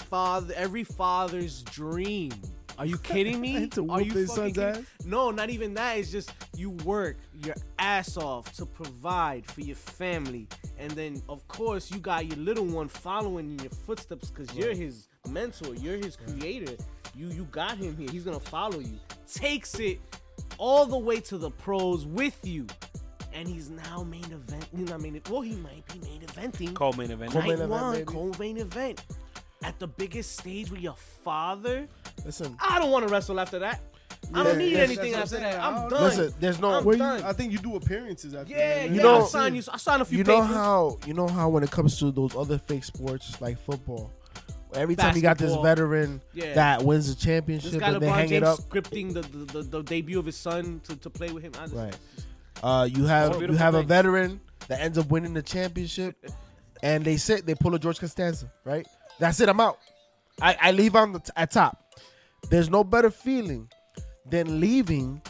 father, every father's dream Are you kidding
*laughs*
me?
To
Are
whoop
you
his
fucking
son's
kidding?
ass?
No, not even that. It's just you work your ass off to provide for your family, and then of course you got your little one following in your footsteps because you're his mentor, you're his creator. You you got him here. He's gonna follow you. Takes it all the way to the pros with you. And he's now main event. He's not main. Well, he might be main eventing
Coleman event.
Coleman-
night
event,
one,
baby.
co-main event at the biggest stage with your father.
Listen,
I don't want to wrestle after that. I don't
Yeah,
need
that's-
anything
that's
after
what I'm
that.
saying.
I'm
I
done.
don't-
listen. There's no.
I'm
Where you,
done.
I think you do appearances after
yeah,
that.
yeah.
know-
I sign you. I sign a few
You know
papers.
how you know how when it comes to those other fake sports like football, every time you got this
Basketball.
veteran
Yeah.
that wins the
this
championship
guy
and they
LeBron
hang it
James
up.
scripting the, the, the, the debut of his son to, to play with him. I just,
Right. Uh, you have you
beautiful
have a
thing.
veteran that ends up winning the championship, and they sit they pull a George Costanza. Right. That's it. I'm out. I, I leave on the t- at top. There's no better feeling than leaving,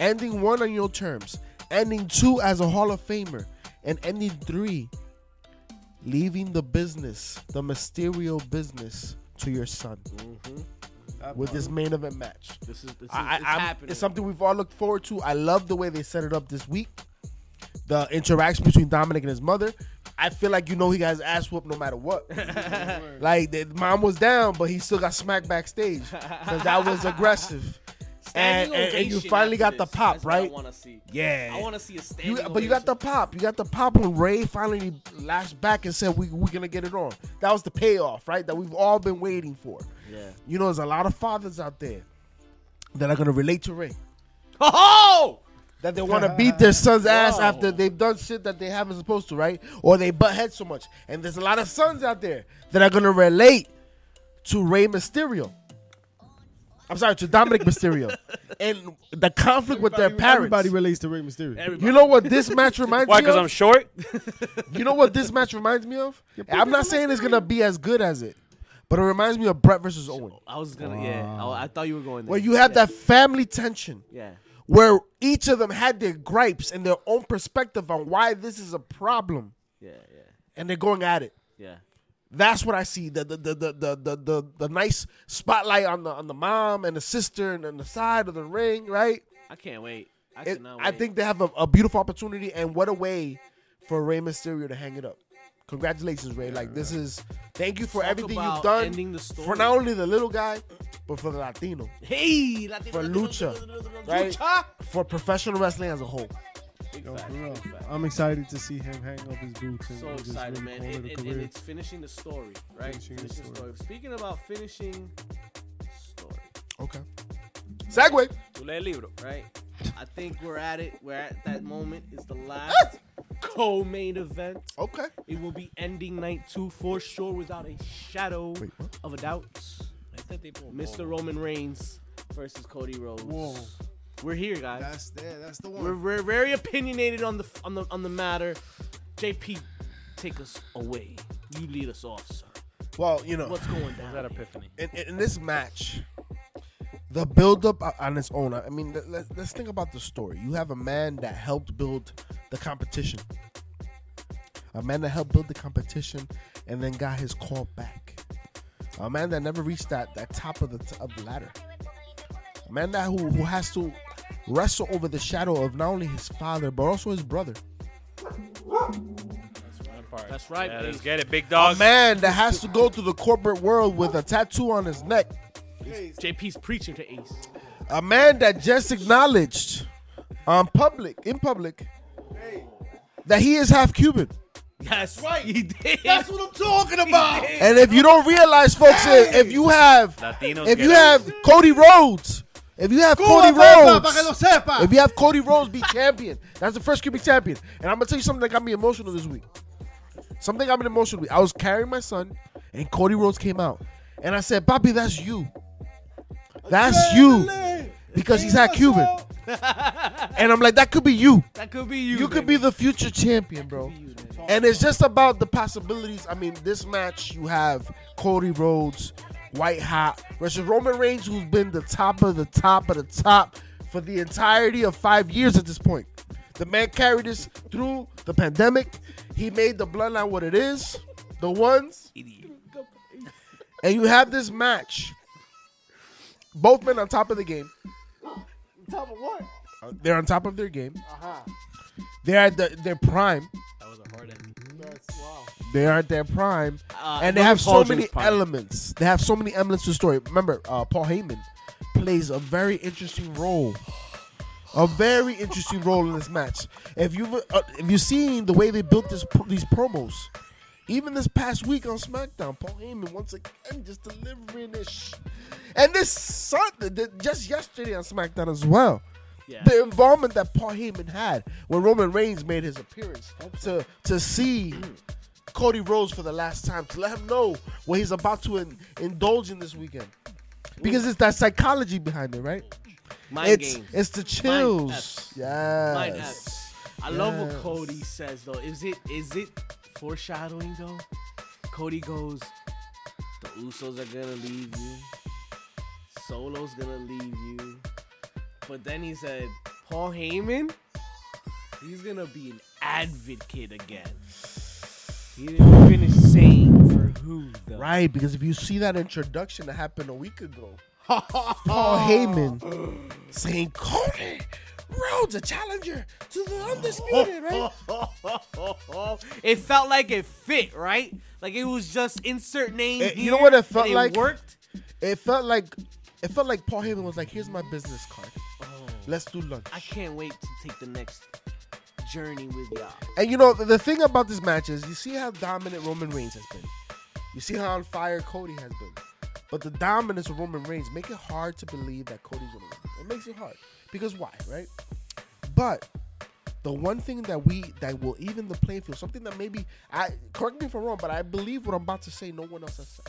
ending one on your terms, ending two as a Hall of Famer, and ending three, leaving the business, the Mysterio business, to your son with this main event match.
This is this is
I,
it's
I, I'm-
happening.
it's something we've all looked forward to. I love the way they set it up this week. The interaction between Dominic and his mother. I feel like you know he got his ass whooped no
*laughs*
matter what. like the mom was down, but he still got smacked backstage because that was aggressive.
Standing
and- and you
ovation
finally
after
got the
this.
pop,
That's what I
right?
want to see.
Yeah.
I want to see a standing.
You, but you got the
ovation.
pop. You got the pop when Ray finally lashed back and said, we, We're going to get it on. That was the payoff, right? That we've all been waiting for.
Yeah.
You know, there's a lot of fathers out there that are going to relate to Ray.
Oh!
that
*laughs*
they want to beat their son's ass after they've done shit that they haven't supposed to, right? Or they butt heads so much. And there's a lot of sons out there that are gonna relate to Rey Mysterio. I'm sorry, to Dominic Mysterio,
*laughs*
and the conflict with their
Everybody-
parents.
Everybody relates to Rey Mysterio.
Everybody.
you know what this match reminds
Why?
me
Because
of?
I'm short.
you know what this match reminds me of? I'm not saying it's gonna be as good as it, but it reminds me of Brett versus Owen,
I was gonna. Oh, Yeah. I, I thought you were going there.
where you have that family tension.
Yeah.
where each of them had their gripes and their own perspective on why this is a problem,
Yeah. Yeah.
and they're going at it.
Yeah.
That's what I see. The the the the the the, the, the nice spotlight on the on the mom and the sister and on the side of the ring, right?
I can't wait. I
It-
cannot wait.
I think they have a, a beautiful opportunity, and what a way for Rey Mysterio to hang it up. Congratulations, Ray! Like this is thank you for
Talk
everything
about
you've done
ending the story.
for not only the little guy, but for the Latino,
Hey, Latino,
For
Latino,
Lucha,
Latino, Latino,
right?
Lucha.
for professional wrestling as a whole.
Big
Yo,
fact,
for real.
big fact.
I'm excited to see him hang up his boots. And
So
and just
excited,
really
man!
call
And,
it a
and- and
career.
it's finishing the story, right?
Finishing
Finishing,
the
the
story.
story. Speaking about finishing story,
Okay. Segway.
Tu lees el libro.
right? I think we're at it. We're at that moment. It's the
*laughs*
last co-main event.
Okay.
It will be ending night two for sure, without a shadow
Wait, what?
of a doubt. Mr. Roman Reigns versus Cody Rhodes.
Whoa.
We're here, guys.
That's there. That's the one.
We're, we're very opinionated on the on the on the matter. JP, take us away. You lead us off, sir.
Well, you know,
What's going down?
Is that epiphany?
in, in in this match, the buildup o- on its own. I mean, let, let- let's think about the story. You have a man that helped build the competition, a man that helped build the competition, and then got his call back. A man that never reached that, that top of the t- of the ladder. A man that who, who has to wrestle over the shadow of not only his father but also his brother.
That's right,
Yeah, let's
baby.
get it, big
A
dog.
man that has to go through the corporate world with a tattoo on his neck.
JP's preaching to Ace.
*laughs* a man that just acknowledged on public in public that he is half Cuban.
Yes, right. He did.
That's what I'm talking about.
*laughs* He did.
And if you don't realize, folks, if- if you have
Latinos. get
if you
it.
have Cody Rhodes, if you have Cody Rhodes, if you have Cody Rhodes be champion, that's the first Cuban champion. And I'm gonna tell you something that got me emotional this week. Something got me emotional. this week. I was carrying my son, and Cody Rhodes came out, and I said, "Bobby, that's you. That's you." Because he's half Cuban. And I'm like, that could be you.
That could be you.
You could be the future champion, bro. And it's just about the possibilities. I mean, this match you have Cody Rhodes, white hot versus Roman Reigns, who's been the top of the top of the top for the entirety of five years at this point. The man carried us through the pandemic. He made the bloodline what it is, the ones. And you have this match both men on top of the game.
top of what? Uh-huh.
Uh, They're on top of their game.
Aha.
They're at the, their prime.
That was a hard end.
That's wow.
They are at their prime,
Uh,
and they
Logan
have so
Paul's
many
prime.
elements. They have so many elements to the story. Remember, uh, Paul Heyman plays a very interesting role, a very interesting role in this match. If you've uh, if you've seen the way they built this these promos, even this past week on SmackDown, Paul Heyman once again just delivering this, sh- and this Sunday, th- just yesterday on SmackDown as well
Yeah.
the involvement that Paul Heyman had when Roman Reigns made his appearance to to see Cody Rhodes for the last time to let him know what he's about to in, indulge in this weekend because it's that psychology behind it, right?
Mind
it's
games.
it's the
Mind
chills,
F's. Mind
yes.
F's. I love what
Yes.
Cody says though. Is it is it foreshadowing though? Cody goes, the Usos are gonna leave you. Solo's gonna leave you. But then he said, Paul Heyman, he's gonna be an advocate again. He didn't finish saying for who though.
Right, because if you see that introduction that happened a week ago, Paul Heyman saying Cody Rhodes a challenger to the
*laughs*
undisputed, right?
*laughs* It felt like it fit, right? Like it was just insert name.
It- you
here,
know what it
and
felt like?
Worked.
It felt like it felt like Paul Heyman was like, "Here's my business card. Let's do lunch."
I can't wait to take the next journey with y'all.
And you know the thing about this match is, you see how dominant Roman Reigns has been. You see how on fire Cody has been. But the dominance of Roman Reigns make it hard to believe that Cody's gonna win. It makes it hard because why, right? But the one thing that we that will even the playing field, something that maybe I correct me if I'm wrong, but I believe what I'm about to say, no one else has said.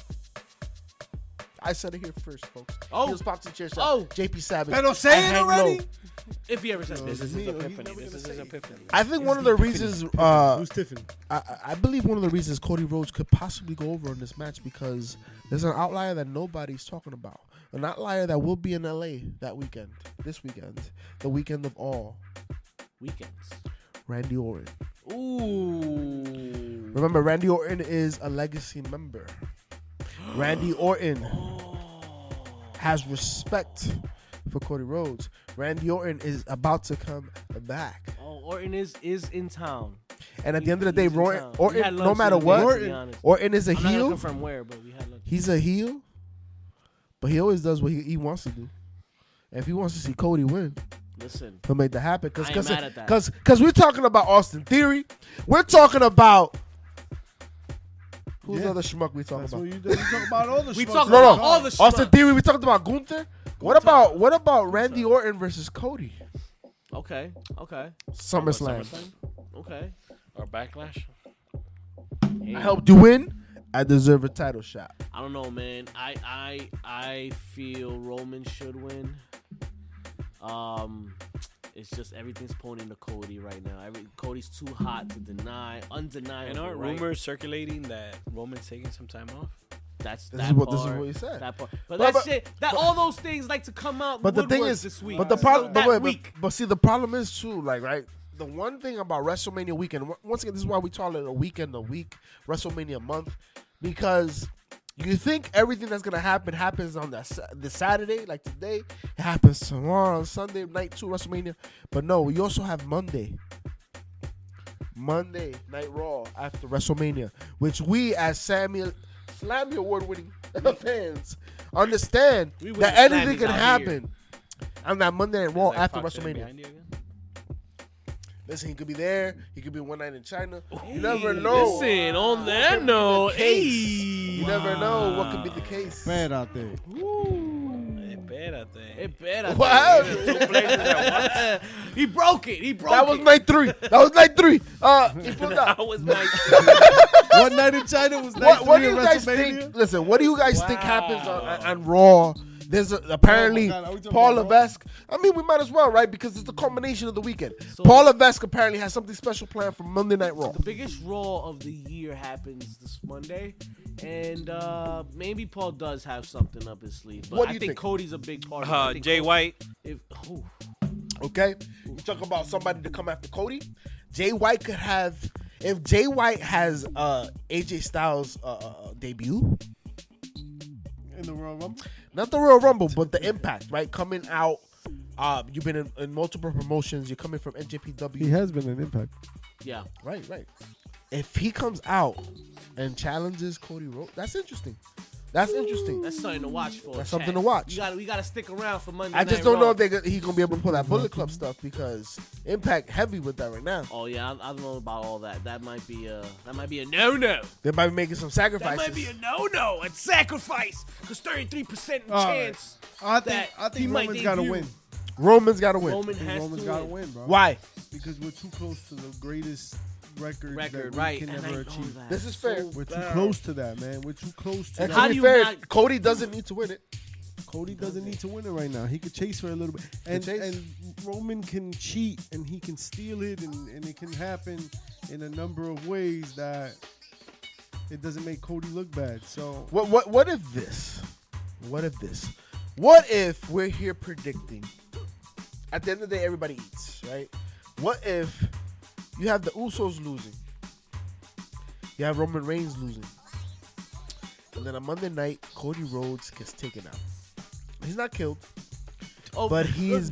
I said it here first, folks.
Oh.
Heels popped and cheers.
Oh.
JP Savage.
Beto, say
and
it
Hang
already.
Low.
If he ever says this,
it's
is
me,
his
or he's
epiphany.
never
This
gonna
is his
say it.
epiphany.
I think one of the reasons uh,
Who's Tiffany?
I, I believe one of the reasons Cody Rhodes could possibly go over in this match because there's an outlier that nobody's talking about. An outlier that will be in LA that weekend, this weekend, the weekend of all,
Weekends.
Randy Orton.
Ooh.
Remember, Randy Orton is a legacy
*gasps*
member. Randy Orton has respect for Cody Rhodes. Randy Orton is about to come back.
Oh, Orton is is in town.
And at
He-
the end of the day,
he's in
Orton,
town. We had
Orton no
lunch
matter
the other
what,
day, to be
Orton,
honest.
is a
I'm not gonna
heel.
confirm where, but we had lunch.
He's a heel, but he always does what he, he wants to do. If he wants to see Cody win,
Listen,
he'll make that happen.
I
Because
ain't
because
mad at that.
because we're talking about Austin Theory, we're talking about who's
Yeah.
the other schmuck we talking
That's
about?
what you, you talk about all the
we
schmucks.
talk
No, no.
about all the stuff.
Austin Theory. We talked about Gunther. What about what about Randy Orton versus Cody?
Okay, okay,
SummerSlam.
SummerSlam?
okay.
Or backlash.
Hey.
I helped you win. I deserve a title shot.
I don't know, man. I I I feel Roman should win. Um, it's just everything's pointing to Cody right now. Every, Cody's too hot to deny, undeniable.
And aren't
right?
rumors circulating that Roman's taking some time off?
That's
This
that
is what-
part,
this is what he said.
That part. But,
But-
that
but-
shit, that all those things like to come out.
But the thing
woodwork
is,
this week.
but the
Right,
problem,
right.
but,
That
wait, but-
week.
but see, the problem is too, like, right? The one thing about WrestleMania weekend, on- once again, this is why we call it a weekend, a week, WrestleMania month, because you think everything that's gonna happen happens on that Sa- the Saturday, like today, it happens tomorrow on Sunday night too, WrestleMania. But no, we also have Monday. Monday Night Raw after WrestleMania, which we as Samuel Slammy Award winning *laughs* fans understand
We win
that
the
anything
Slammys
can
out here.
happen on that Monday Night
Is
Raw
that
after
Fox sitting
WrestleMania.
behind you again?
Listen, he could be there. He could be one night in China. You never
Hey,
know.
Listen, on
Could
that
be
note,
the case.
hey.
You never know what could be the case.
Bad out there.
*laughs*
Espérate.
It better.
Wow.
*laughs* he broke it. He broke
That was
it.
night three. That was night three. Uh, he
*laughs*
pulled
*laughs*
out.
That was my.
One night in China was night
What, what do
three
you
at
guys
WrestleMania.
think? Listen, what do you guys think happens on,
Wow.
on, on Raw? There's a, apparently
Oh God, are we talking
Paul
about Raw?
Levesque. I mean, we might as well, right? Because it's the culmination of the weekend.
So-
Paul Levesque apparently has something special planned for Monday Night Raw.
The biggest Raw of the year happens this Monday, and uh, maybe Paul does have something up his sleeve. But
What do
I
you
think,
think?
Cody's a big part. of it. I
Uh,
think
Jay
Cody-
White.
If, oh,
Okay, you talk about somebody to come after Cody. Jay White could have if Jay White has uh AJ Styles uh, uh, uh, debut.
Yeah, in the Royal Rumble?
Not the Royal Rumble, but the Impact, right? Coming out. Uh, you've been in, in multiple promotions. You're coming from NJPW.
He has been an impact.
Yeah.
Right, right. If he comes out and challenges Cody Rhodes, that's interesting. That's interesting.
That's something to watch for.
That's something
chat.
to watch.
You got to we got to stick around for Monday.
I just
Night
don't know
Raw.
if they he's gonna be able to pull that Bullet Club stuff because Impact heavy with that right now.
Oh yeah, I, I don't know about all that. That might be a that might be a no no.
They might be making some
That
sacrifices.
might be a no no. A sacrifice. Cause thirty three percent
All right.
chance.
I think
That
I
he
think
might
Roman's got to
debut.
win.
Roman's got to win.
Roman
I think
has
Roman's
to
got to
win.
win, bro.
Why?
Because we're too close to the greatest record, that
Record
we
right,
can
and I
ever
know
achieve.
that.
This is fair.
We're too
Bad.
close to that, man. We're too close to
And
that.
How do
to be
you
fair,
not-
Cody doesn't need to win it.
Cody doesn't need to win it right now. He could chase for a little bit, and
chase.
and Roman can cheat and he can steal it, and, and it can happen in a number of ways that it doesn't make Cody look bad. So
What what what if this? What if this? What if we're here predicting? At the end of the day, everybody eats, right? What if you have the Usos losing? You have Roman Reigns losing, and then on Monday night, Cody Rhodes gets taken out. He's not killed,
Oh,
but he is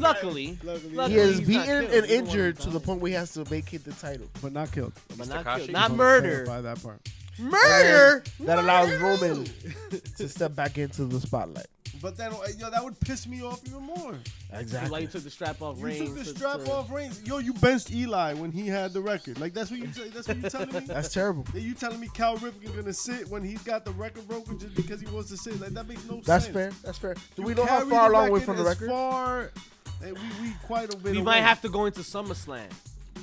*laughs* luckily,
Luckily,
luckily
He is
he's not
beaten
killed.
and
We don't want
injured
him
to the
dying.
point where he has to vacate the title.
but not killed.
But
Mr.
not
Kashi?
killed. Not
Wanna
murder.
clarify that part.
Murder.
That allows Roman *laughs* to step back into the spotlight.
But that yo, that would piss me off even more.
Like you took the strap off.
You
Reigns
took the
to-
strap
to-
off Reigns. Yo, you benched Eli when he had the record. Like that's what you say. That's what you telling *laughs* me.
That's terrible.
Then you telling me Cal Ripken gonna sit when he's got the record broken just because he wants to sit? Like that makes no
That's
sense.
fair. That's fair. Do
You
we know how
carry
far
the
along we're from the
as
record?
Far, eh, we, we quite a bit.
We
away.
might have to go into SummerSlam.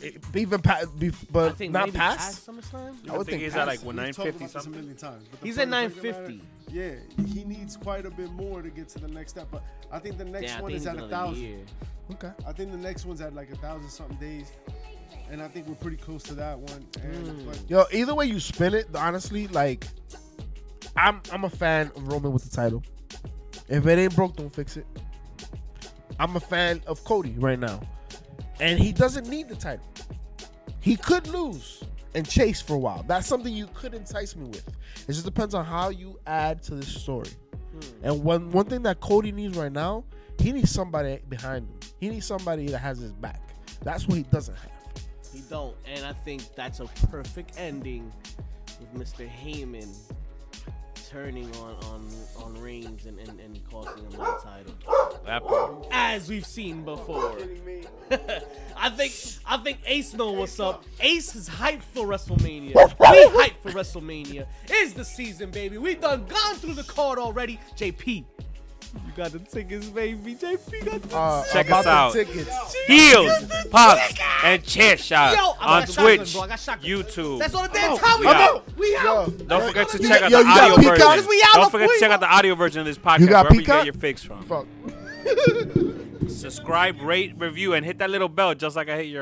It- Even pa- be-
Uh,
I
but
think
not
maybe
past.
past SummerSlam.
I would
think
think
he's at like
past.
what
We've talked
950
about this a
something.
million times, but the
He's
point
at
of the matter-
950.
Yeah, he needs quite a bit more to get to the next step. But I think the next
Yeah, I
one
think
is
he's
at a
another
thousand.
year.
Okay.
I think the next one's at like a thousand something days, and I think we're pretty close to that one. And,
Hmm.
but
Yo, either way you spin it, honestly, like I'm I'm a fan of Roman with the title. If it ain't broke, don't fix it. I'm a fan of Cody right now. And he doesn't need the title. He could lose and chase for a while. That's something you could entice me with. It just depends on how you add to this story. And one one thing that Cody needs right now, he needs somebody behind him. He needs somebody that has his back. That's what he doesn't have.
He don't, and I think that's a perfect ending with Mr. Heyman turning on on on Reigns and and, and costing him that title,
That part.
as we've seen before. *laughs* I think I think Ace know what's up. Ace is hyped for WrestleMania. We hyped for WrestleMania. It's the season, baby. We done gone through the card already. JP, you got the tickets, baby. JP got the
Uh,
Check
about
us
the
out.
Tickets.
Heels, pops, and chair shots
Yo, I
on
got shotgun,
Twitch,
bro. I got shotgun.
YouTube.
That's all the damn time we
I'm
got.
out.
We out.
Yo.
Don't forget to
You-
check out
yo,
the
you got
audio
Peacock?
Cause we out
version.
of
Don't forget to
Fuego.
check out the audio version of this podcast.
got
wherever you
Peacock?
get your fix from.
Fuck.
Subscribe, rate, review, and hit that little bell just like I hit your